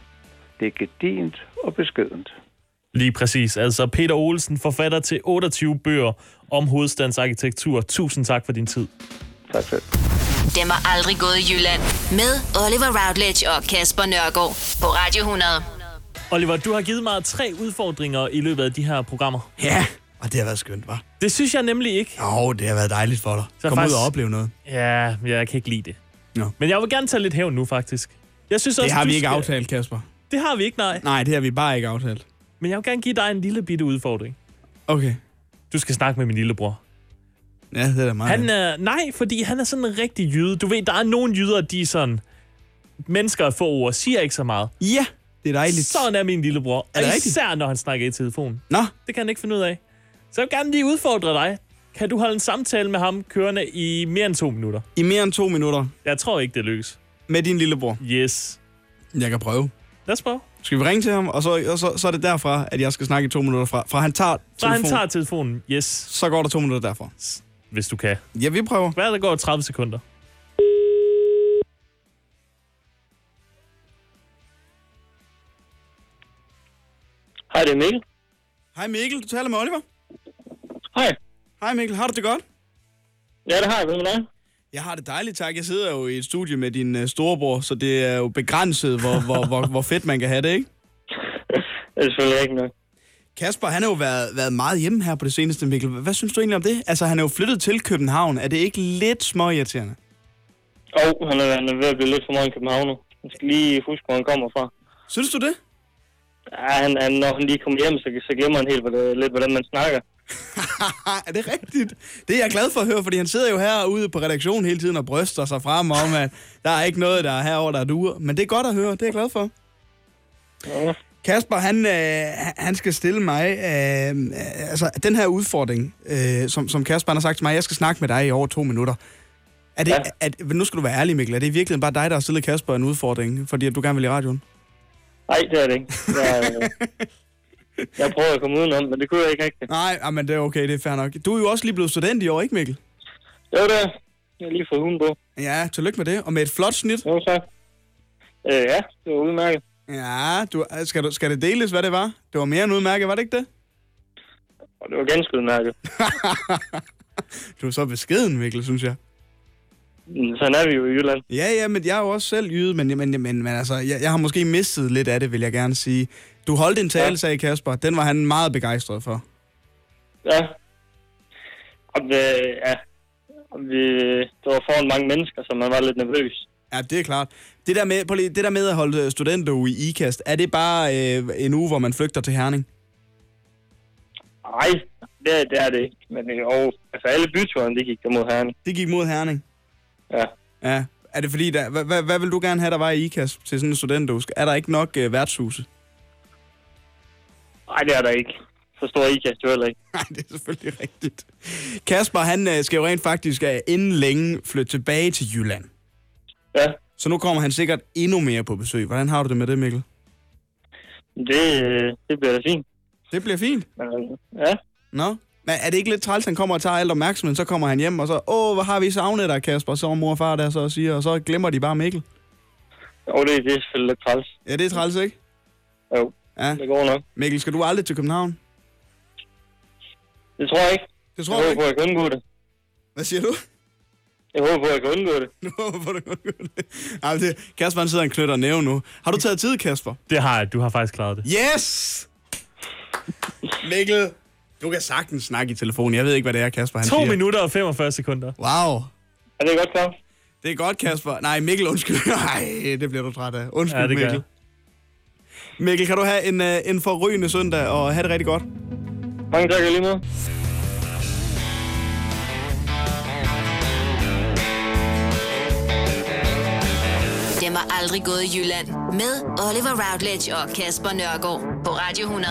L: Det er gedint og beskedent.
C: Lige præcis. Altså Peter Olsen, forfatter til 28 bøger om hovedstadens arkitektur. Tusind tak for din tid.
L: Tak selv.
A: Det var aldrig gået i Jylland. Med Oliver Routledge og Kasper Nørgaard på Radio 100.
C: Oliver, du har givet mig tre udfordringer i løbet af de her programmer.
B: Ja, og det har været skønt, var.
C: Det synes jeg nemlig ikke.
B: Jo, det har været dejligt for dig.
C: Så
B: Så Kom
C: faktisk-
B: ud og opleve noget.
C: Ja, jeg kan ikke lide det.
B: Nå.
C: Men jeg vil gerne tage lidt hævn nu, faktisk. Jeg synes også,
B: Det har
C: du
B: vi ikke
C: skal-
B: aftalt, Kasper.
C: Det har vi ikke, nej.
B: Nej, det har vi bare ikke aftalt.
C: Men jeg vil gerne give dig en lille bitte udfordring.
B: Okay.
C: Du skal snakke med min lillebror.
B: Ja, det er da meget.
C: Han er, nej, fordi han er sådan en rigtig jyde. Du ved, der er nogle jyder, de er sådan... Mennesker er få ord, siger ikke så meget.
B: Ja, det er dejligt.
C: Sådan er min lillebror.
B: Er det
C: og
B: rigtigt?
C: især, når han snakker i telefonen.
B: Nå,
C: Det kan han ikke finde ud af. Så jeg vil gerne lige udfordre dig. Kan du holde en samtale med ham kørende i mere end to minutter?
B: i mere end to minutter
C: Jeg tror ikke, det lykkes.
B: med din lillebror.
C: Yes.
B: Jeg kan prøve.
C: Lad os prøve.
B: Skal vi ringe til ham, og så, og så, så er det derfra, at jeg skal snakke i to minutter fra. Fra han tager
C: Så han
B: telefonen,
C: tager telefonen. Yes,
B: så går der to minutter derfra.
C: hvis du kan.
B: Ja, vi prøver.
C: Hvad er der går 30 sekunder?
M: Hej, det er Mikkel.
B: Hej Mikkel, du taler med Oliver.
M: Hej.
B: Hej Mikkel, har du det godt?
M: Ja, det har jeg. Hvem er dig?
B: Jeg har det dejligt, tak. Jeg sidder jo i et studie med din øh, storebror, så det er jo begrænset, hvor, hvor, hvor, hvor fedt man kan have det, ikke?
M: Det er selvfølgelig rigtigt nok.
B: Kasper, han har jo været, været meget hjemme her på det seneste, Mikkel. Hvad synes du egentlig om det? Altså, han er jo flyttet til København. Er det ikke lidt småirriterende?
M: Og oh, han er, han er ved at blive lidt for meget i København nu. Man skal lige huske, hvor han kommer fra.
B: Synes du det?
M: Ja, han, han, når han lige kommer hjem, så, så glemmer han helt hvad det, lidt, hvordan man snakker.
B: Ah, er det rigtigt? Det er jeg glad for at høre, fordi han sidder jo herude på redaktionen hele tiden og bryster sig frem om, at der er ikke noget, der er herover, der er duer. Men det er godt at høre, det er jeg glad for.
M: Ja.
B: Kasper, han, øh, han skal stille mig, øh, øh, altså den her udfordring, øh, som, som Kasper han har sagt til mig, jeg skal snakke med dig i over to minutter. Er det, ja. er, er, nu skal du være ærlig, Mikkel, er det i virkeligheden bare dig, der har stillet Kasper en udfordring, fordi at du gerne vil i radioen?
M: Nej, det er det ikke. Jeg, øh, jeg prøver at komme udenom, men det kunne jeg ikke rigtigt.
B: Nej, ah, men det er okay, det er fair nok. Du er jo også lige blevet student i år, ikke Mikkel?
M: Jo, det er. Jeg har lige fået hunden på.
B: Ja, tillykke med det, og med et flot snit.
M: Jo, tak. Øh, ja, det var udmærket.
B: Ja, du, skal, du, skal det deles, hvad det var? Det var mere end udmærket, var det ikke det?
M: Og det var ganske udmærket.
B: Du er så beskeden, Mikkel, synes jeg.
M: Mm, Sådan er vi jo i Jylland.
B: Ja, ja, men jeg er jo også selv jyde, men, men, men, men altså, jeg, jeg har måske mistet lidt af det, vil jeg gerne sige. Du holdt en tale, sagde Kasper. Den var han meget begejstret for.
M: Ja. Og, øh, ja. Og vi, der var foran mange mennesker, så man var lidt nervøs.
B: Ja, det er klart. Det der med, prøv lige, det der med at holde studenteruge i IKAST, er det bare øh, en uge, hvor man flygter til Herning?
M: Nej, det, er- det er det ikke. Men øh, og, altså, alle byturene, det gik der mod herren.
B: Det gik mod Herning?
M: Ja.
B: Ja. Er det fordi, der, hvad, hvad, hvad vil du gerne have, der var i IKAST til sådan en studenteruge? Er der ikke nok øh, værtshuse?
M: Nej, det er der ikke. Så stor ikast jo heller ikke.
B: Nej, det er selvfølgelig rigtigt. Kasper, han øh, skal jo rent faktisk øh, inden længe flytte tilbage til Jylland.
M: Ja.
B: Så nu kommer han sikkert endnu mere på besøg. Hvordan har du det med det, Mikkel?
M: Det, øh, det bliver da fint.
B: Det bliver fint.
M: Men, øh, ja.
B: Nå? Men er det ikke lidt træls, han kommer og tager alt opmærksomheden, så kommer han hjem, og så, åh, hvor har vi savnet dig, Kasper, så er mor og far der så og siger, og så glemmer de bare Mikkel.
M: Og det, det er selvfølgelig lidt træls.
B: Ja, det er træls, ikke?
M: Jo,
B: ja.
M: det går nok.
B: Mikkel, skal du aldrig til København?
M: Det tror jeg ikke.
B: Det
M: tror jeg, jeg håber på, at jeg kan undgå det.
B: Hvad siger du?
M: Jeg håber på, at jeg kan undgå det.
B: Nu håber du Ej, men det, Kasper, han sidder og knytter næve nu. Har du taget tid, Kasper?
C: Det har jeg. Du har faktisk klaret det.
B: Yes! Mikkel, du kan sagtens snakke i telefonen. Jeg ved ikke, hvad det er, Kasper han
C: To
B: siger.
C: minutter og 45 sekunder.
B: Wow.
M: Er det godt, Claus?
B: Det er godt, Kasper. Nej, Mikkel, undskyld. Nej, det bliver du træt af. Undskyld,
C: Ja, det gør
B: Mikkel. Mikkel, kan du have en, øh, en forrygende søndag, og have det rigtig godt.
M: Mange tak lige med.
A: Det var aldrig gået i Jylland. Med Oliver Routledge og Kasper Nørgaard på Radio 100.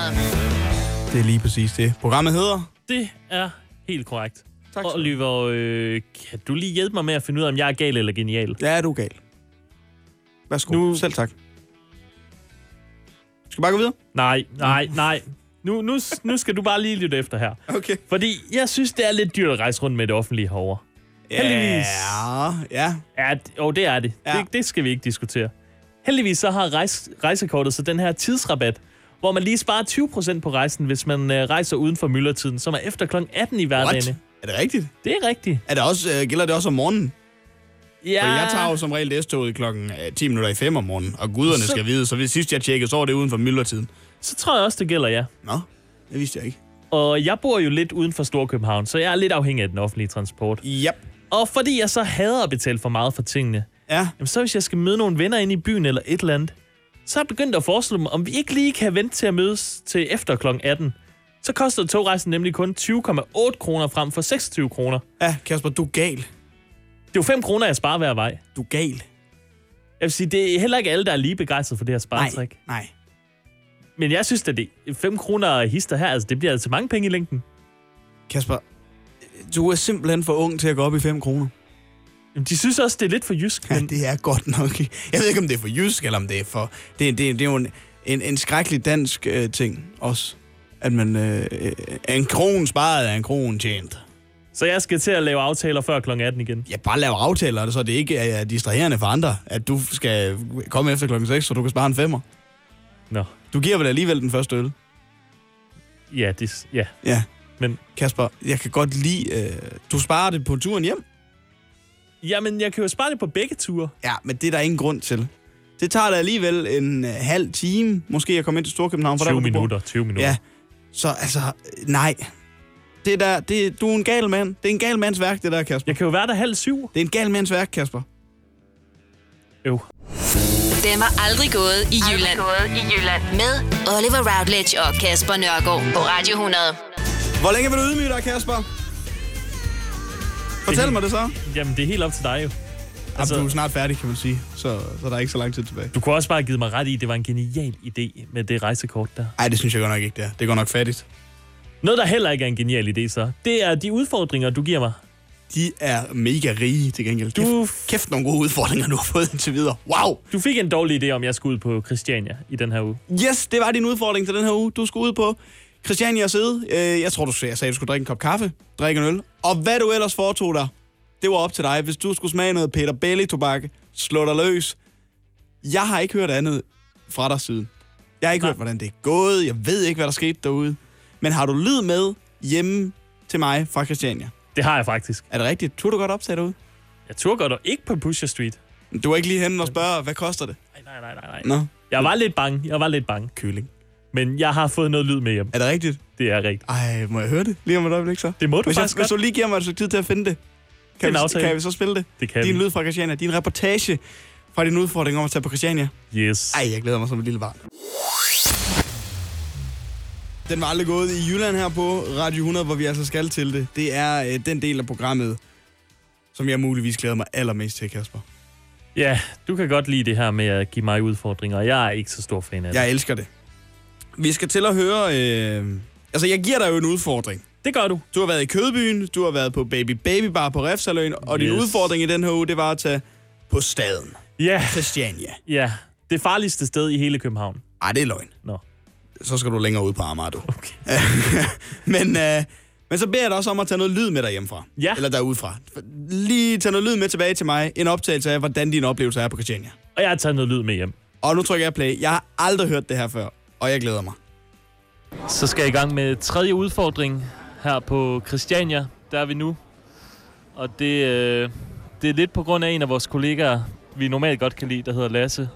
B: Det er lige præcis det. Programmet hedder...
C: Det er helt korrekt. Tak. Oliver, øh, kan du lige hjælpe mig med at finde ud af, om jeg er gal eller genial?
B: Ja, du er gal. Værsgo. Nu... Selv tak. Skal vi bare gå videre?
C: Nej, nej, nej. Nu, nu, nu skal du bare lige lytte efter her.
B: Okay.
C: Fordi jeg synes, det er lidt dyrt at rejse rundt med det offentlige herovre. Heldigvis.
B: Ja.
C: ja og det er det. Ja. det. Det skal vi ikke diskutere. Heldigvis så har rejs, rejsekortet så den her tidsrabat, hvor man lige sparer 20% på rejsen, hvis man øh, rejser uden for myldretiden, som er efter kl. 18 i hverdagene.
B: Er det rigtigt?
C: Det er rigtigt.
B: Er det også, øh, gælder det også om morgenen?
C: Ja.
B: Fordi jeg tager jo som regel S-toget klokken øh, 10 minutter i 5 om morgenen, og guderne
C: Så-
B: så... skal vide, så hvis sidst jeg tjekkede, så var det uden for myldretiden.
C: Så tror jeg også, det gælder ja.
B: Nå, det vidste jeg ikke.
C: Og jeg bor jo lidt uden for Storkøbenhavn, så jeg er lidt afhængig af den offentlige transport.
B: Yep.
C: Og fordi jeg så hader at betale for meget for tingene,
B: ja.
C: jamen så hvis jeg skal møde nogle venner inde i byen eller et eller andet, så er jeg begyndt at foreslå dem, om vi ikke lige kan vente til at mødes til efter kl. 18. Så koster togrejsen nemlig kun 20,8 kroner frem for 26 kroner.
B: Ja, Kasper, du er gal.
C: Det er jo 5 kroner, jeg sparer hver vej.
B: Du er gal.
C: Jeg vil sige, det er heller ikke alle, der er lige begejstret for det her sparetrik.
B: Nej, nej.
C: Men jeg synes, at det 5 kroner hister her, altså det bliver altså mange penge i længden.
B: Kasper, du er simpelthen for ung til at gå op i 5 kroner.
C: Jamen, de synes også, det er lidt for jysk.
B: Ja, det er godt nok. Jeg ved ikke, om det er for jysk, eller om det er for... Det, det, det er jo en, en, en skrækkelig dansk øh, ting også. At man... Øh, øh, en kron sparet er en kron tjent.
C: Så jeg skal til at lave aftaler før kl. 18 igen.
B: Ja, bare lave aftaler, så det ikke er distraherende for andre, at du skal komme efter klokken 6, så du kan spare en femmer.
C: Nå.
B: Du giver vel alligevel den første øl?
C: Ja, det, ja.
B: Ja.
C: Men
B: Kasper, jeg kan godt lide... Øh, du sparer det på turen hjem?
C: Jamen, jeg kan jo spare det på begge ture.
B: Ja, men det er der ingen grund til. Det tager da alligevel en øh, halv time, måske at komme ind til Storkøbenhavn. For
C: 20
B: der, hvor du bor.
C: minutter, 20 minutter.
B: Ja, så altså, øh, nej. Det der, det, du er en gal mand. Det er en gal mands værk, det der, Kasper.
C: Jeg kan jo være der halv syv.
B: Det er en gal mands værk, Kasper.
C: Jo.
A: Den var aldrig gået i Jylland. Aldrig gået i Jylland. Med Oliver Routledge og Kasper Nørgaard på Radio 100.
B: Hvor længe vil du ydmyge dig, Kasper? Fortæl mig det så.
C: Jamen, det er helt op til dig jo.
B: Altså, du er snart færdig, kan man sige. Så, så der er ikke så lang tid tilbage.
C: Du kunne også bare have givet mig ret i, at det var en genial idé med det rejsekort der.
B: Nej, det synes jeg godt nok ikke, det er. Det er godt nok fattigt.
C: Noget, der heller ikke er en genial idé så, det er de udfordringer, du giver mig.
B: De er mega rige til gengæld. Du... Kæft, kæft nogle gode udfordringer, du har fået indtil videre. Wow!
C: Du fik en dårlig idé om, jeg skulle ud på Christiania i den her uge.
B: Yes, det var din udfordring til den her uge. Du skulle ud på Christiania Sæde. Øh, Jeg tror, du sagde, jeg sagde, du skulle drikke en kop kaffe, drikke en øl. Og hvad du ellers foretog dig, det var op til dig. Hvis du skulle smage noget Peter Belly-tobak, slå dig løs. Jeg har ikke hørt andet fra dig siden. Jeg har ikke Nej. hørt, hvordan det er gået. Jeg ved ikke, hvad der skete derude. Men har du lyd med hjemme til mig fra Christiania?
C: Det har jeg faktisk.
B: Er det rigtigt? Tur du godt optage derude?
C: Jeg turde godt, og ikke på Pusher Street.
B: Du var ikke lige henne og spørge, hvad koster det?
C: Nej, nej, nej, nej.
B: Nå.
C: Jeg var lidt bange, jeg var lidt bange.
B: Køling.
C: Men jeg har fået noget lyd med hjem.
B: Er det rigtigt?
C: Det er rigtigt.
B: Ej, må jeg høre det lige om et øjeblik så?
C: Det må du
B: hvis jeg,
C: faktisk
B: Hvis du
C: godt.
B: lige giver mig et stykke tid til at finde det,
C: er en
B: kan, vi,
C: aftale.
B: kan vi så spille det?
C: Det kan
B: Din
C: vi.
B: lyd fra Christiania, din reportage fra din udfordring om at tage på Christiania.
C: Yes.
B: Ej, jeg glæder mig som et lille barn. Den var aldrig gået i Jylland her på Radio 100, hvor vi altså skal til det. Det er øh, den del af programmet, som jeg muligvis glæder mig allermest til, Kasper.
C: Ja, du kan godt lide det her med at give mig udfordringer. Jeg er ikke så stor fan af det.
B: Jeg elsker det. Vi skal til at høre... Øh... Altså, jeg giver dig jo en udfordring.
C: Det gør du.
B: Du har været i Kødbyen, du har været på Baby Baby Bar på Refsaløen, og yes. din
C: Yes.
B: udfordring i den her uge, det var at tage på staden.
C: Ja.
B: Christiania.
C: Ja, det farligste sted i hele København.
B: Ej, det er løgn.
C: Nå.
B: Så skal du længere ud på Amager, du. Okay. men, øh, men så beder jeg dig også om at tage noget lyd med dig hjemmefra.
C: Ja.
B: Eller derudefra. Lige tage noget lyd med tilbage til mig. En optagelse af, hvordan din oplevelse er på Christiania.
C: Og jeg har taget noget lyd med hjem.
B: Og nu trykker jeg play. Jeg har aldrig hørt det her før, og jeg glæder mig.
C: Så skal jeg i gang med tredje udfordring her på Christiania. Der er vi nu. Og det, øh, det er lidt på grund af en af vores kollegaer, vi normalt godt kan lide, der hedder Lasse.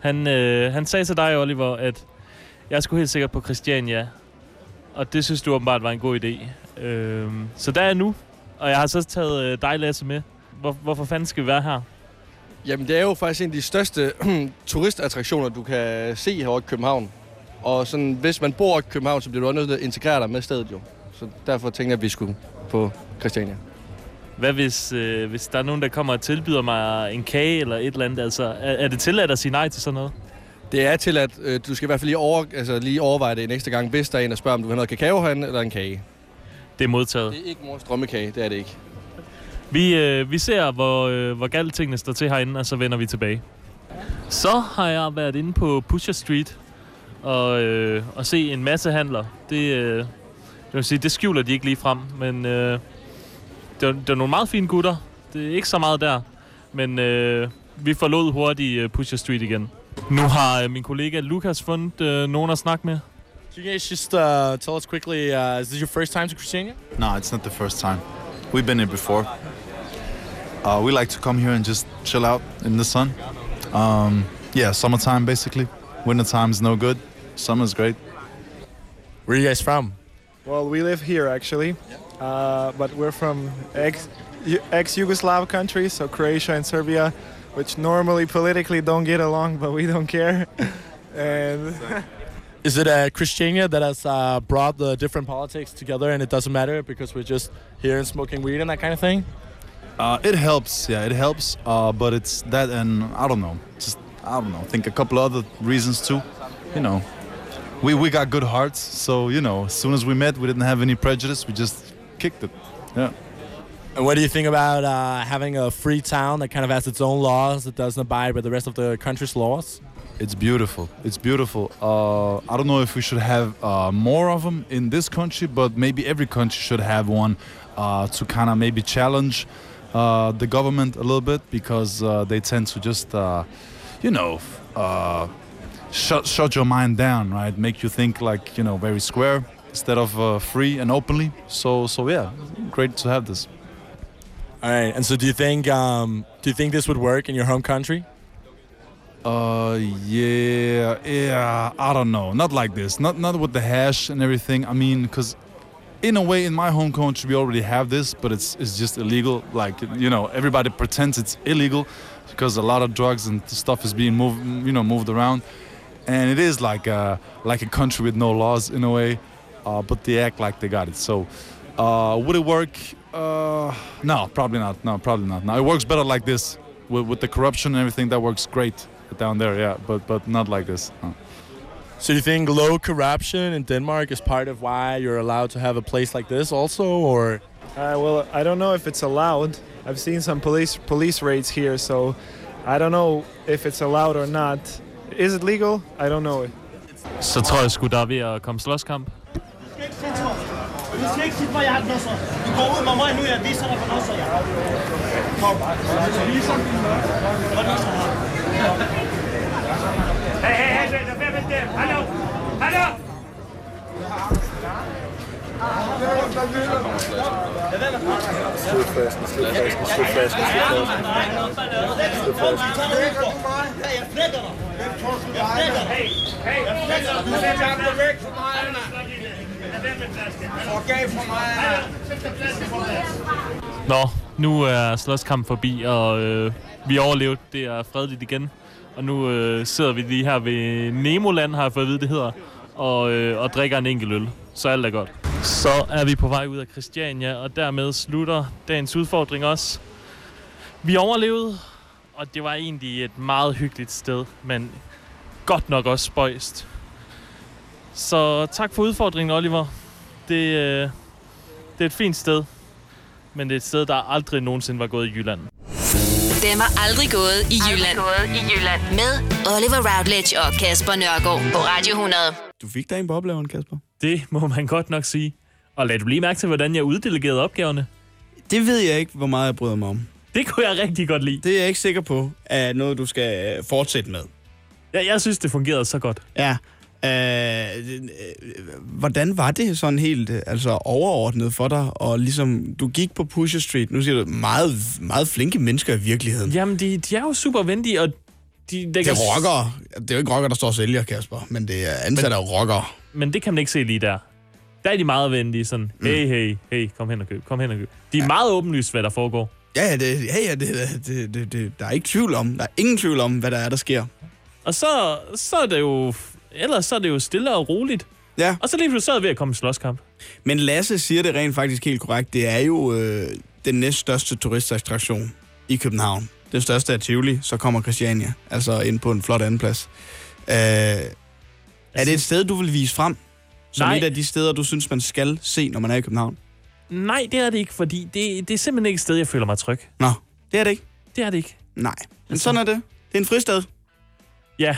C: Han, øh, han sagde til dig, Oliver, at jeg skulle helt sikkert på Christiania. Og det synes du åbenbart var en god idé. Øh, så der er jeg nu, og jeg har så taget øh, dig, Lasse, med. Hvor, hvorfor fanden skal vi være her?
N: Jamen, det er jo faktisk en af de største turistattraktioner, du kan se herovre i København. Og sådan, hvis man bor i København, så bliver du også nødt til at integrere dig med stedet jo. Så derfor tænkte jeg, at vi skulle på Christiania.
C: Hvad hvis, øh, hvis der er nogen, der kommer og tilbyder mig en kage eller et eller andet? Altså, er, er det tilladt at sige nej til sådan noget?
N: Det er til, at øh, du skal i hvert fald lige, over, altså, lige overveje det en ekstra gang, hvis der er en, der spørger, om du vil have noget kakao herinde eller en kage.
C: Det er modtaget.
N: Det er ikke mors drømmekage, det er det ikke.
C: Vi, øh, vi ser, hvor, øh, hvor galt tingene står til herinde, og så vender vi tilbage. Så har jeg været inde på Pusher Street og, øh, og se en masse handler. Det, øh, det, vil sige, det skjuler de ikke lige frem, men øh, det, var, det var nogle meget fine gutter. Det er ikke så meget der, men øh, vi forlod hurtigt øh, Pusher Street igen. Nu har øh, min kollega Lukas fundet øh, nogen at snakke med.
O: Can you guys just uh, tell us quickly, uh, is this your first time to Christiania?
P: No, it's not the first time.
O: We've been here before. Uh, we like to come here and just chill out in the sun. Um, yeah, summertime basically. Wintertime is no good. Summer's great. Where are you guys from?
P: Well, we live here actually, uh, but we're from ex Yugoslav countries, so Croatia and Serbia, which normally politically don't get along, but we don't care. and
Q: Is it uh, Christiania that has uh, brought the different politics together and it doesn't matter because we're just here and smoking weed and that kind of thing?
O: Uh, it helps, yeah, it helps. Uh, but it's that, and I don't know, just I don't know. I think a couple other reasons too. You know, we we got good hearts, so you know, as soon as we met, we didn't have any prejudice. We just kicked it. Yeah.
Q: And what do you think about uh, having a free town that kind of has its own laws that doesn't abide by the rest of the country's laws?
O: It's beautiful. It's beautiful. Uh, I don't know if we should have uh, more of them in this country, but maybe every country should have one uh, to kind of maybe challenge uh, the government a little bit because uh, they tend to just, uh, you know, uh, shut shut your mind down, right? Make you think like you know very square instead of uh, free and openly. So so yeah, great to have this.
Q: All right. And so, do you think um, do you think this would work in your home country?
O: Uh, yeah, yeah. I don't know. Not like this. Not not with the hash and everything. I mean, cause in a way, in my home country, we already have this, but it's it's just illegal. Like you know, everybody pretends it's illegal because a lot of drugs and stuff is being moved, you know, moved around, and it is like a like a country with no laws in a way. Uh, but they act like they got it. So, uh, would it work? Uh, no, probably not. No, probably not. No, it works better like this with, with the corruption and everything. That works great down there, yeah. But but not like this. no.
Q: So, do you think low corruption in Denmark is part of why you're allowed to have a place like this, also, or?
P: Uh, well, I don't know if it's allowed. I've seen some police police raids here, so I don't know if it's allowed or not. Is it legal? I don't know.
C: Så tror jeg sgu, der er ved at komme slåskamp.
I: Du skal ikke sige, hvor jeg har noget så. Du går ud med mig nu, jeg viser dig, hvor så jeg har. Kom. Viser. Hvor noget så har. Hey, hey, hey, der er med dem. Hallo. Hallo.
J: Slid fasten, slid fasten, slid fasten, slid fasten. Slid fasten.
C: Nå, nu er slåskamp forbi, og øh, vi overlevede. Det er fredeligt igen. Og nu øh, sidder vi lige her ved Nemoland, har jeg fået at vide, det hedder, og, øh, og drikker en enkelt øl. Så alt er godt. Så er vi på vej ud af Christiania, og dermed slutter dagens udfordring også. Vi overlevede, og det var egentlig et meget hyggeligt sted, men godt nok også spøjst. Så tak for udfordringen, Oliver. Det, øh, det er et fint sted, men det er et sted, der aldrig nogensinde var gået i Jylland.
A: Den var aldrig gået i Jylland. Aldrig gået i Jylland. Med Oliver Routledge og Kasper Nørgaard på Radio 100.
C: Du fik da en på oplevelsen, Kasper. Det må man godt nok sige. Og lad du lige mærke til, hvordan jeg uddelegerede opgaverne.
B: Det ved jeg ikke, hvor meget jeg bryder mig om.
C: Det kunne jeg rigtig godt lide.
B: Det er jeg ikke sikker på, er noget, du skal øh, fortsætte med.
C: Ja, jeg synes, det fungerede så godt.
B: Ja. Øh, øh, hvordan var det sådan helt øh, altså overordnet for dig? Og ligesom, du gik på Pusher Street, nu siger du, meget, meget flinke mennesker i virkeligheden.
C: Jamen, de, de er jo super venlige, og de
B: Det
C: lægger...
B: er rockere. Det er jo ikke rockere, der står og sælger, Kasper, men det er ansatte af rockere.
C: Men det kan man ikke se lige der. Der er de meget venlige, sådan,
B: Mm.
C: hey, hey, hey, kom hen og køb, kom hen og køb. De er ja. meget åbenlyst, hvad der foregår.
B: Ja, ja, det, ja, ja det, det, det, det, der er ikke tvivl om, der er ingen tvivl om, hvad der er, der sker.
C: Og så, så er det jo... Ellers så er det jo stille og roligt.
B: Ja.
C: Og så lige pludselig så er det ved at komme en slåskamp.
B: Men Lasse siger det rent faktisk helt korrekt. Det er jo øh, den næststørste turistattraktion i København. Den største er Tivoli, så kommer Christiania, altså ind på en flot andenplads. Øh, er det et sted, du vil vise frem? Som
C: Nej.
B: et af de steder, du synes, man skal se, når man er i København?
C: Nej, det er det ikke, fordi det, det er simpelthen ikke et sted, jeg føler mig tryg.
B: Nå, det er det ikke.
C: Det er det ikke.
B: Nej, men
C: Altså.
B: sådan er det. Det er en fristad.
C: Ja,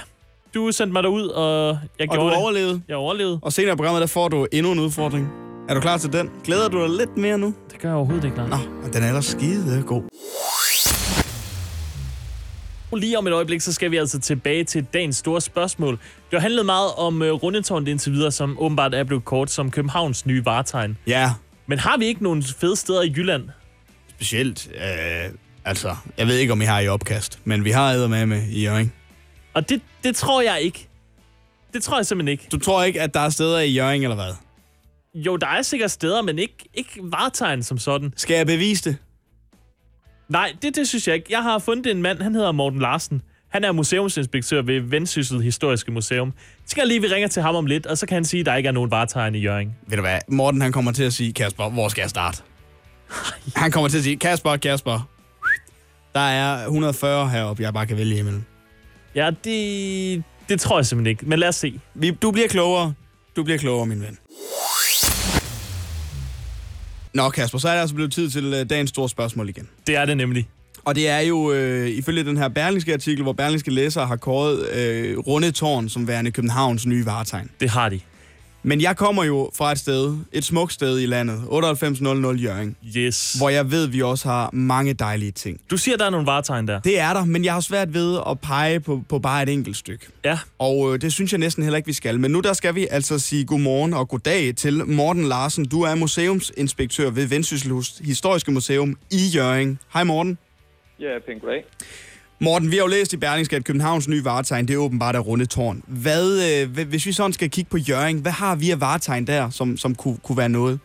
C: du sendte mig derud, og jeg
B: Og
C: gjorde
B: du
C: det.
B: overlevede.
C: Jeg overlevede.
B: Og senere i programmet, der får du endnu en udfordring. Er du klar til den? Glæder du dig lidt mere nu?
C: Det gør jeg overhovedet ikke, nej. Nå,
B: og den er ellers skide god.
C: Lige om et øjeblik, så skal vi altså tilbage til dagens store spørgsmål. Det har handlet meget om uh, rundetårnet indtil videre, som åbenbart er blevet kort som Københavns nye varetegn.
B: Ja.
C: Men har vi ikke nogen fede steder i Jylland,
B: specielt, øh, altså, jeg ved ikke, om I har i opkast, men vi har med med i Jørgen.
C: Og det, det tror jeg ikke. Det tror jeg simpelthen ikke.
B: Du tror ikke, at der er steder i Jørgen eller hvad?
C: Jo, der er sikkert steder, men ikke, ikke vartegn som sådan.
B: Skal jeg bevise det?
C: Nej, det, det synes jeg ikke. Jeg har fundet en mand, han hedder Morten Larsen. Han er museumsinspektør ved Vendsyssel Historiske Museum. Det skal jeg lige, vi ringer til ham om lidt, og så kan han sige, at der ikke er nogen vartegn i Jørgen.
B: Ved du hvad, Morten han kommer til at sige, Kasper, hvor skal jeg starte? Han kommer til at sige, Kasper, Kasper, der er 140 heroppe, jeg bare kan vælge imellem.
C: Ja, det, det tror jeg simpelthen ikke, men lad os se.
B: Vi, du bliver klogere. Du bliver klogere, min ven. Nå, Kasper, så er det altså blevet tid til øh, dagens store spørgsmål igen.
C: Det er det nemlig.
B: Og det er jo øh, ifølge den her Berlingske artikel, hvor Berlingske læsere har kåret øh, Runde Tårn som værende Københavns nye varetegn.
C: Det har de.
B: Men jeg kommer jo fra et sted, et smukt sted i landet, 9800 Jørgen.
C: Yes.
B: Hvor jeg ved, vi også har mange dejlige ting.
C: Du siger, der er nogle vartegn der.
B: Det er der, men jeg har svært ved at pege på, på bare et enkelt stykke.
C: Ja.
B: Og øh, det synes jeg næsten heller ikke, vi skal. Men nu der skal vi altså sige godmorgen og goddag til Morten Larsen. Du er museumsinspektør ved Vendsysselhus Historiske Museum i Jørgen. Hej Morten.
L: Ja, pænt goddag.
B: Morten, vi har jo læst i Berlingske, at Københavns nye varetegn, det er åbenbart af runde tårn. Hvad, øh, hv- hvis vi sådan skal kigge på Jøring, hvad har vi af varetegn der, som, som kunne, kunne være noget?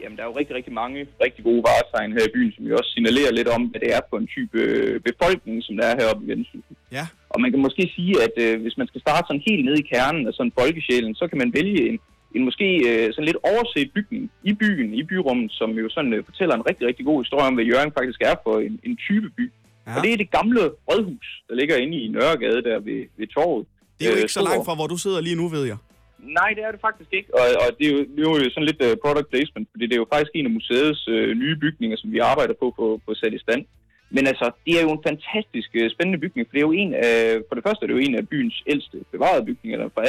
L: Jamen, der er jo rigtig, rigtig mange rigtig gode varetegn her i byen, som jo også signalerer lidt om, hvad det er for en type øh, befolkning, som der er heroppe i Vendsyssel.
B: Ja.
L: Og man kan måske sige, at øh, hvis man skal starte sådan helt ned i kernen af sådan folkesjælen, så kan man vælge en, en måske øh, sådan lidt overset bygning i byen, i byrummet, som jo sådan øh, fortæller en rigtig, rigtig god historie om, hvad Jørgen faktisk er for en, en type by.
B: Ja.
L: Og det er det gamle rådhus, der ligger inde i Nørregade der ved, ved torvet.
B: Det er jo
L: Øh,
B: ikke så
L: stor-
B: langt fra, hvor du sidder lige nu, ved jeg.
L: Nej, det er det faktisk ikke. Og, og det, er jo, det er jo sådan lidt uh, product placement, fordi det er jo faktisk en af museets uh, nye bygninger, som vi arbejder på på, på sat i stand. Men altså, det er jo en fantastisk uh, spændende bygning, for det er jo en af, for det første er det jo en af byens ældste bevarede bygninger, der er fra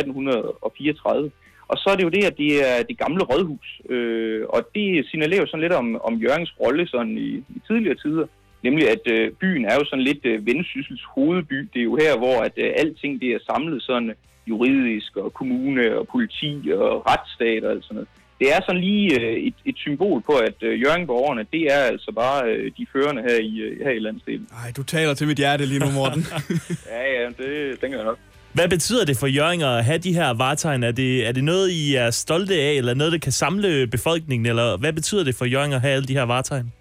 L: 1834. Og så er det jo det, at det er det gamle rådhus, øh, og det signalerer jo sådan lidt om, om Jørgens rolle sådan i, i tidligere tider. Nemlig, at øh, byen er jo sådan lidt øh, vendsyssels hovedby. Det er jo her, hvor at, øh, alting det er samlet sådan øh, juridisk og kommune og politi og retsstat og alt sådan noget. Det er sådan lige øh, et, et symbol på, at øh, Jørgenborgerne, det er altså bare øh, de førende her i, øh, her i landsdelen.
B: Nej, du taler til mit hjerte lige nu, Morten.
L: Ja, ja, det tænker jeg nok.
C: Hvad betyder det for Jøring at have de her vartegn? Er det, er det noget, I er stolte af, eller noget, der kan samle befolkningen? Eller hvad betyder det for Jøring at have alle de her vartegn?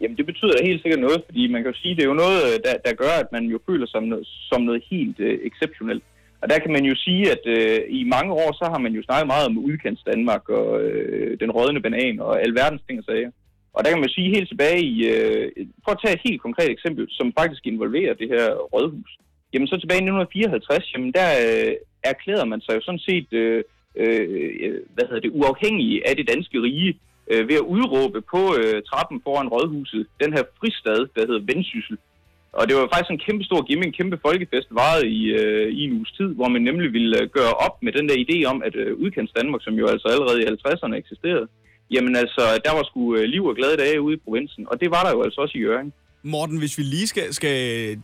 L: Jamen, det betyder helt sikkert noget, fordi man kan jo sige, det er jo noget, øh, der, der gør, at man jo føler sig som noget, som noget helt øh, exceptionelt. Og der kan man jo sige, at øh, i mange år, så har man jo snakket meget om udkants Danmark og øh, den rådne banan og alverdens ting og sager. Og der kan man sige helt tilbage i... Øh, prøv at tage et helt konkret eksempel, som faktisk involverer det her rådhus. Jamen så tilbage i 1954, jamen der øh, erklærede man sig jo sådan set, øh, øh, hvad hedder det, uafhængige af det danske rige, øh, ved at udråbe på øh, trappen foran rådhuset den her fristad, der hedder Vendsyssel. Og det var faktisk en kæmpe stor gimmick, en kæmpe folkefest, varede i, øh, i en uges tid, hvor man nemlig ville øh, gøre op med den der idé om, at øh, udkants Danmark, som jo altså allerede i 50'erne eksisterede, jamen altså, der var sgu øh, liv og glade dage ude i provinsen, og det var der jo altså også i Jørgen.
B: Morten, hvis vi lige skal, skal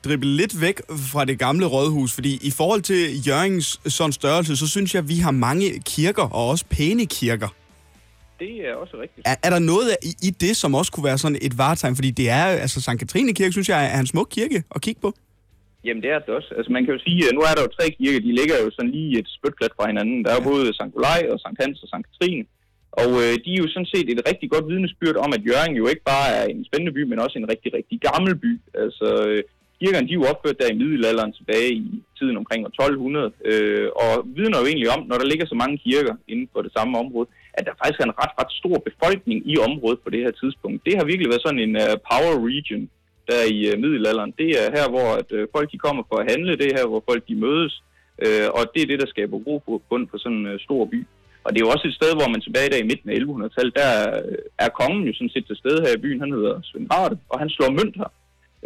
B: drible lidt væk fra det gamle rådhus, fordi i forhold til Jørgens sådan størrelse, så synes jeg, vi har mange kirker, og også pæne kirker.
L: Det er også rigtigt.
B: Er, er der noget i, i det, som også kunne være sådan et varetegn? Fordi det er, altså, Sankt Katrine Kirke, synes jeg, er en smuk kirke at kigge på.
L: Jamen, det er det også. Altså, man kan jo sige, at nu er der jo tre kirker, de ligger jo sådan lige et spytklat fra hinanden. Der er jo både Sankt Olaj og Sankt Hans og Sankt Katrine. Og øh, de er jo sådan set et rigtig godt vidnesbyrd om, at Jørgen jo ikke bare er en spændende by, men også en rigtig, rigtig gammel by. Altså, øh, kirkerne de er jo opført der i middelalderen tilbage i tiden omkring år 1200, øh, og vidner jo egentlig om, når der ligger så mange kirker inden for det samme område, at der faktisk er en ret, ret stor befolkning i området på det her tidspunkt. Det har virkelig været sådan en uh, power region der i øh, middelalderen. Det er her, hvor at, øh, folk de kommer for at handle, det er her, hvor folk de mødes, øh, og det er det, der skaber ro på bund for sådan en øh, stor by. Og det er jo også et sted, hvor man tilbage i dag i midten af 1100-tallet, der øh, er kongen jo sådan set til stede her i byen, han hedder Svend Barde, og han slår mønt her.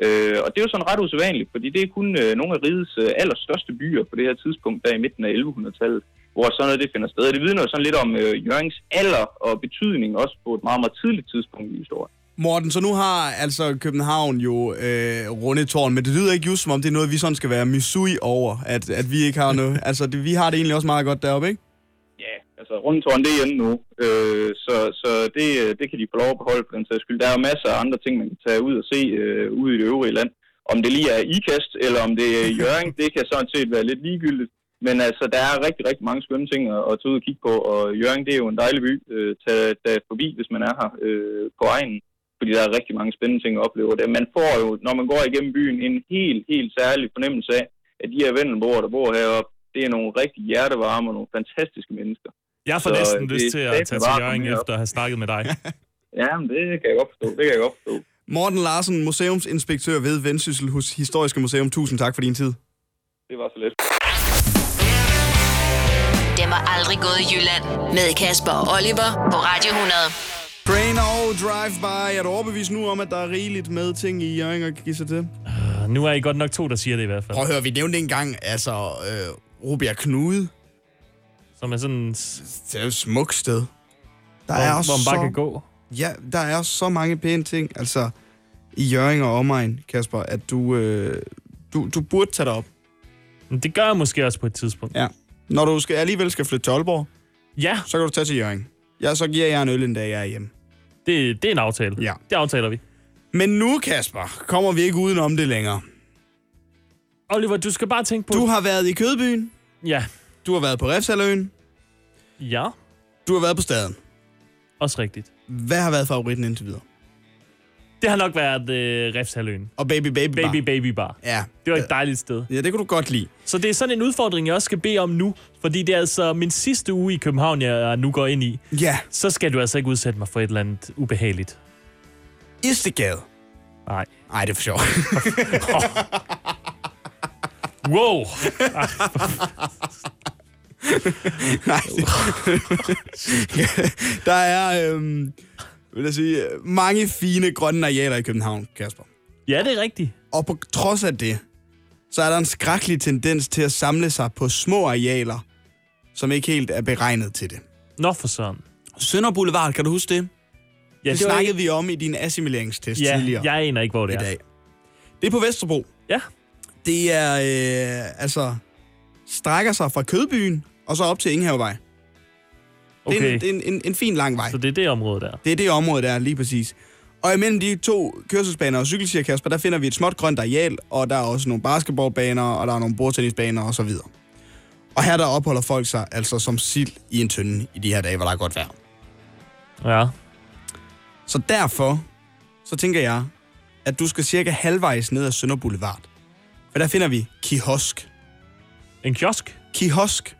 L: Øh, og det er jo sådan ret usædvanligt, fordi det er kun øh, nogle af rigets øh, allerstørste byer på det her tidspunkt, der i midten af 1100-tallet, hvor sådan noget det finder sted. Og det vidner jo sådan lidt om øh, Jørgens alder og betydning også på et meget, meget tidligt tidspunkt i historien.
B: Morten, så nu har altså København jo øh, runde tårn, men det lyder ikke just som om, det er noget, vi sådan skal være misui over, at, at vi ikke har noget. Altså, det, vi har det egentlig også meget godt deroppe, ikke?
L: Ja,
R: Altså, rundtårn, det er hjemme nu. Øh, så så det, øh, det kan de få lov at beholde på den sags skyld. Der er jo masser af andre ting, man kan tage ud og se øh, ude i det øvrige land. Om det lige er ikast, eller om det er jøring, det kan sådan set være lidt ligegyldigt. Men altså, der er rigtig, rigtig mange skønne ting at, at tage ud og kigge på, og Jørgen, det er jo en dejlig by. Øh, tag, tag forbi, hvis man er her øh, på egen, fordi der er rigtig mange spændende ting at opleve. Der. Man får jo, når man går igennem byen, en helt, helt særlig fornemmelse af, at de her vendelboer, der bor heroppe, det er nogle rigtig hjertevarme og nogle fantastiske mennesker.
C: Jeg får
R: Så,
C: næsten
R: øh,
C: lyst
R: det
C: til
R: er
C: at tage
R: satme
C: til
R: varmt
C: Jørgen
R: heroppe.
C: efter at have snakket med dig.
R: Jamen, det kan jeg godt forstå. Det kan jeg godt forstå.
B: Morten Larsen, museumsinspektør ved Vendsyssel hos Historiske Museum. Tusind tak for din tid.
R: Det var så let.
A: Dem har aldrig gået i Jylland. Med Kasper og Oliver på Radio 100.
B: Train og Drive-By. Er du overbevist nu om, at der er rigeligt med ting i Jørgen at give sig til?
C: Ah, Nu er I godt nok to, der siger det i hvert fald.
B: Prøv at høre, vi nævnte engang, altså, øh, Rubjerg Knude.
C: Som er sådan...
B: Det er jo et smukt sted. Der
C: Hvor-
B: er også
C: hvor man bare
B: så,
C: kan gå.
B: Ja, der er så mange pæne ting, altså, i Jørgen og omegn, Kasper, at du, øh, du, du burde tage dig op.
C: Men det gør jeg måske også på et tidspunkt.
B: Ja. Når du skal, alligevel skal flytte til Aalborg,
C: ja.
B: så kan du tage til Jørgen. Ja, så giver jeg en øl en dag, jeg er hjemme.
C: Det, det er en aftale.
B: Ja.
C: Det aftaler vi.
B: Men nu, Kasper, kommer vi ikke udenom det længere.
C: Oliver, du skal bare tænke på...
B: Du har været i Kødbyen.
C: Ja.
B: Du har været på Refsaløen.
C: Ja.
B: Du har været på staden.
C: Også rigtigt.
B: Hvad har været favoritten indtil videre?
C: Det har nok været øh, Refshaløen.
B: Og Baby Baby
C: Bar. Baby Baby Bar.
B: Ja.
C: Det var et dejligt sted.
B: Ja, det kunne du godt lide.
C: Så det er sådan en udfordring, jeg også skal bede om nu, fordi det er altså min sidste uge i København, jeg nu går ind i.
B: Ja.
C: Så skal du altså ikke udsætte mig for et eller andet ubehageligt.
B: Istegade.
C: Nej.
B: Nej, det er for sjovt.
C: wow.
B: Nej. ja, der er, øhm, vil jeg sige, mange fine grønne arealer i København, Kasper.
C: Ja, det er rigtigt.
B: Og på trods af det, så er der en skrækkelig tendens til at samle sig på små arealer, som ikke helt er beregnet til det.
C: Nå for søren.
B: Sønder Boulevard, kan du huske det? Ja,
C: Ja,
B: det,
C: det var
B: snakkede vi om i din assimileringstest
C: Ja,
B: tidligere.
C: jeg aner ikke, hvor det
B: i
C: er.
B: dag. Det er på Vesterbro.
C: Ja.
B: Det er, øh, altså, strækker sig fra Kødbyen og så op til Ingehavevej. Det er,
C: Okay.
B: en, det er en, en, en fin lang vej.
C: Så det er det område der.
B: Det er det område, der er lige præcis. Og imellem de to kørselsbaner og cykelstier, Kasper, der finder vi et småt grønt areal, og der er også nogle basketballbaner, og der er nogle bordtennisbaner og så videre. Og her der opholder folk sig altså som sild i en tynde i de her dage, hvor der er godt vejr.
C: Ja.
B: Så derfor, så tænker jeg, at du skal cirka halvvejs ned ad Sønder Boulevard. For der finder vi kiosk.
C: En kiosk?
B: Kiosk.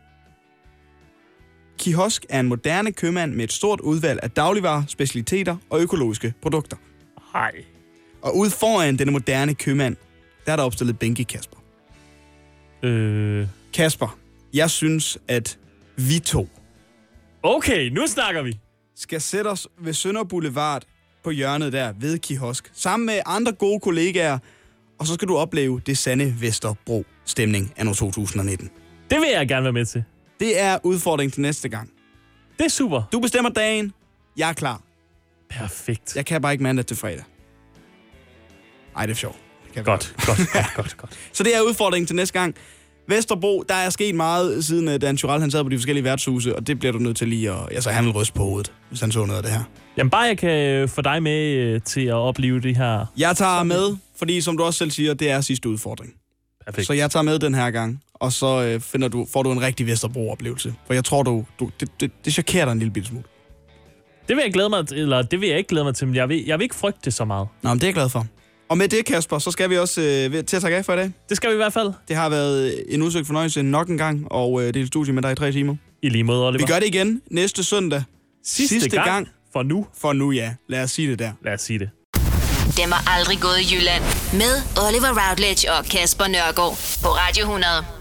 B: Kiosk er en moderne købmand med et stort udvalg af dagligvarer, specialiteter og økologiske produkter.
C: Hej.
B: Og ude foran denne moderne købmand, der er der opstillet bænke, Kasper.
C: Øh.
B: Kasper, jeg synes, at vi to
C: Okay, nu snakker vi.
B: skal sætte os ved Sønder Boulevard på hjørnet der ved Kiosk, sammen med andre gode kollegaer, og så skal du opleve det sande Vesterbro-stemning anno 2019.
C: Det vil jeg gerne være med til.
B: Det er udfordringen til næste gang.
C: Det er super.
B: Du bestemmer dagen. Jeg er klar.
C: Perfekt.
B: Jeg kan bare ikke mandag til fredag. Ej, det er sjovt. Det kan jeg
C: Godt, godt, godt, godt, godt.
B: Så det er udfordringen til næste gang. Vesterbro, der er sket meget siden øh, Dan Tyrell, han sad på de forskellige værtshuse, og det bliver du nødt til lige at... Altså, han vil ryste på hovedet, hvis han så noget af det her.
C: Jamen bare jeg kan øh, få dig med øh, til at opleve det her.
B: Jeg tager med, fordi som du også selv siger, det er sidste udfordring.
C: Perfekt.
B: Så jeg tager med den her gang, og så øh, finder du, får du en rigtig Vesterbro-oplevelse. For jeg tror, du, du det, det, det chokerer dig en lille bitte smule.
C: Det vil jeg glæde mig til, eller det vil jeg ikke glæde mig til, men jeg vil, jeg vil ikke frygte det så meget.
B: Nå, men det er jeg glad for. Og med det, Kasper, så skal vi også øh, ved- til at takke af for i dag.
C: Det skal vi i hvert fald.
B: Det har været øh, en udsøgt fornøjelse nok en gang, og øh, det er et studie med dig i tre timer.
C: I lige måde, Oliver.
B: Vi gør det igen næste søndag.
C: Sidste gang. For nu.
B: For nu, ja. Lad os sige det der.
C: Lad os sige det.
A: Dem har aldrig gået i Jylland. Med Oliver Routledge og Kasper Nørgaard på Radio 100.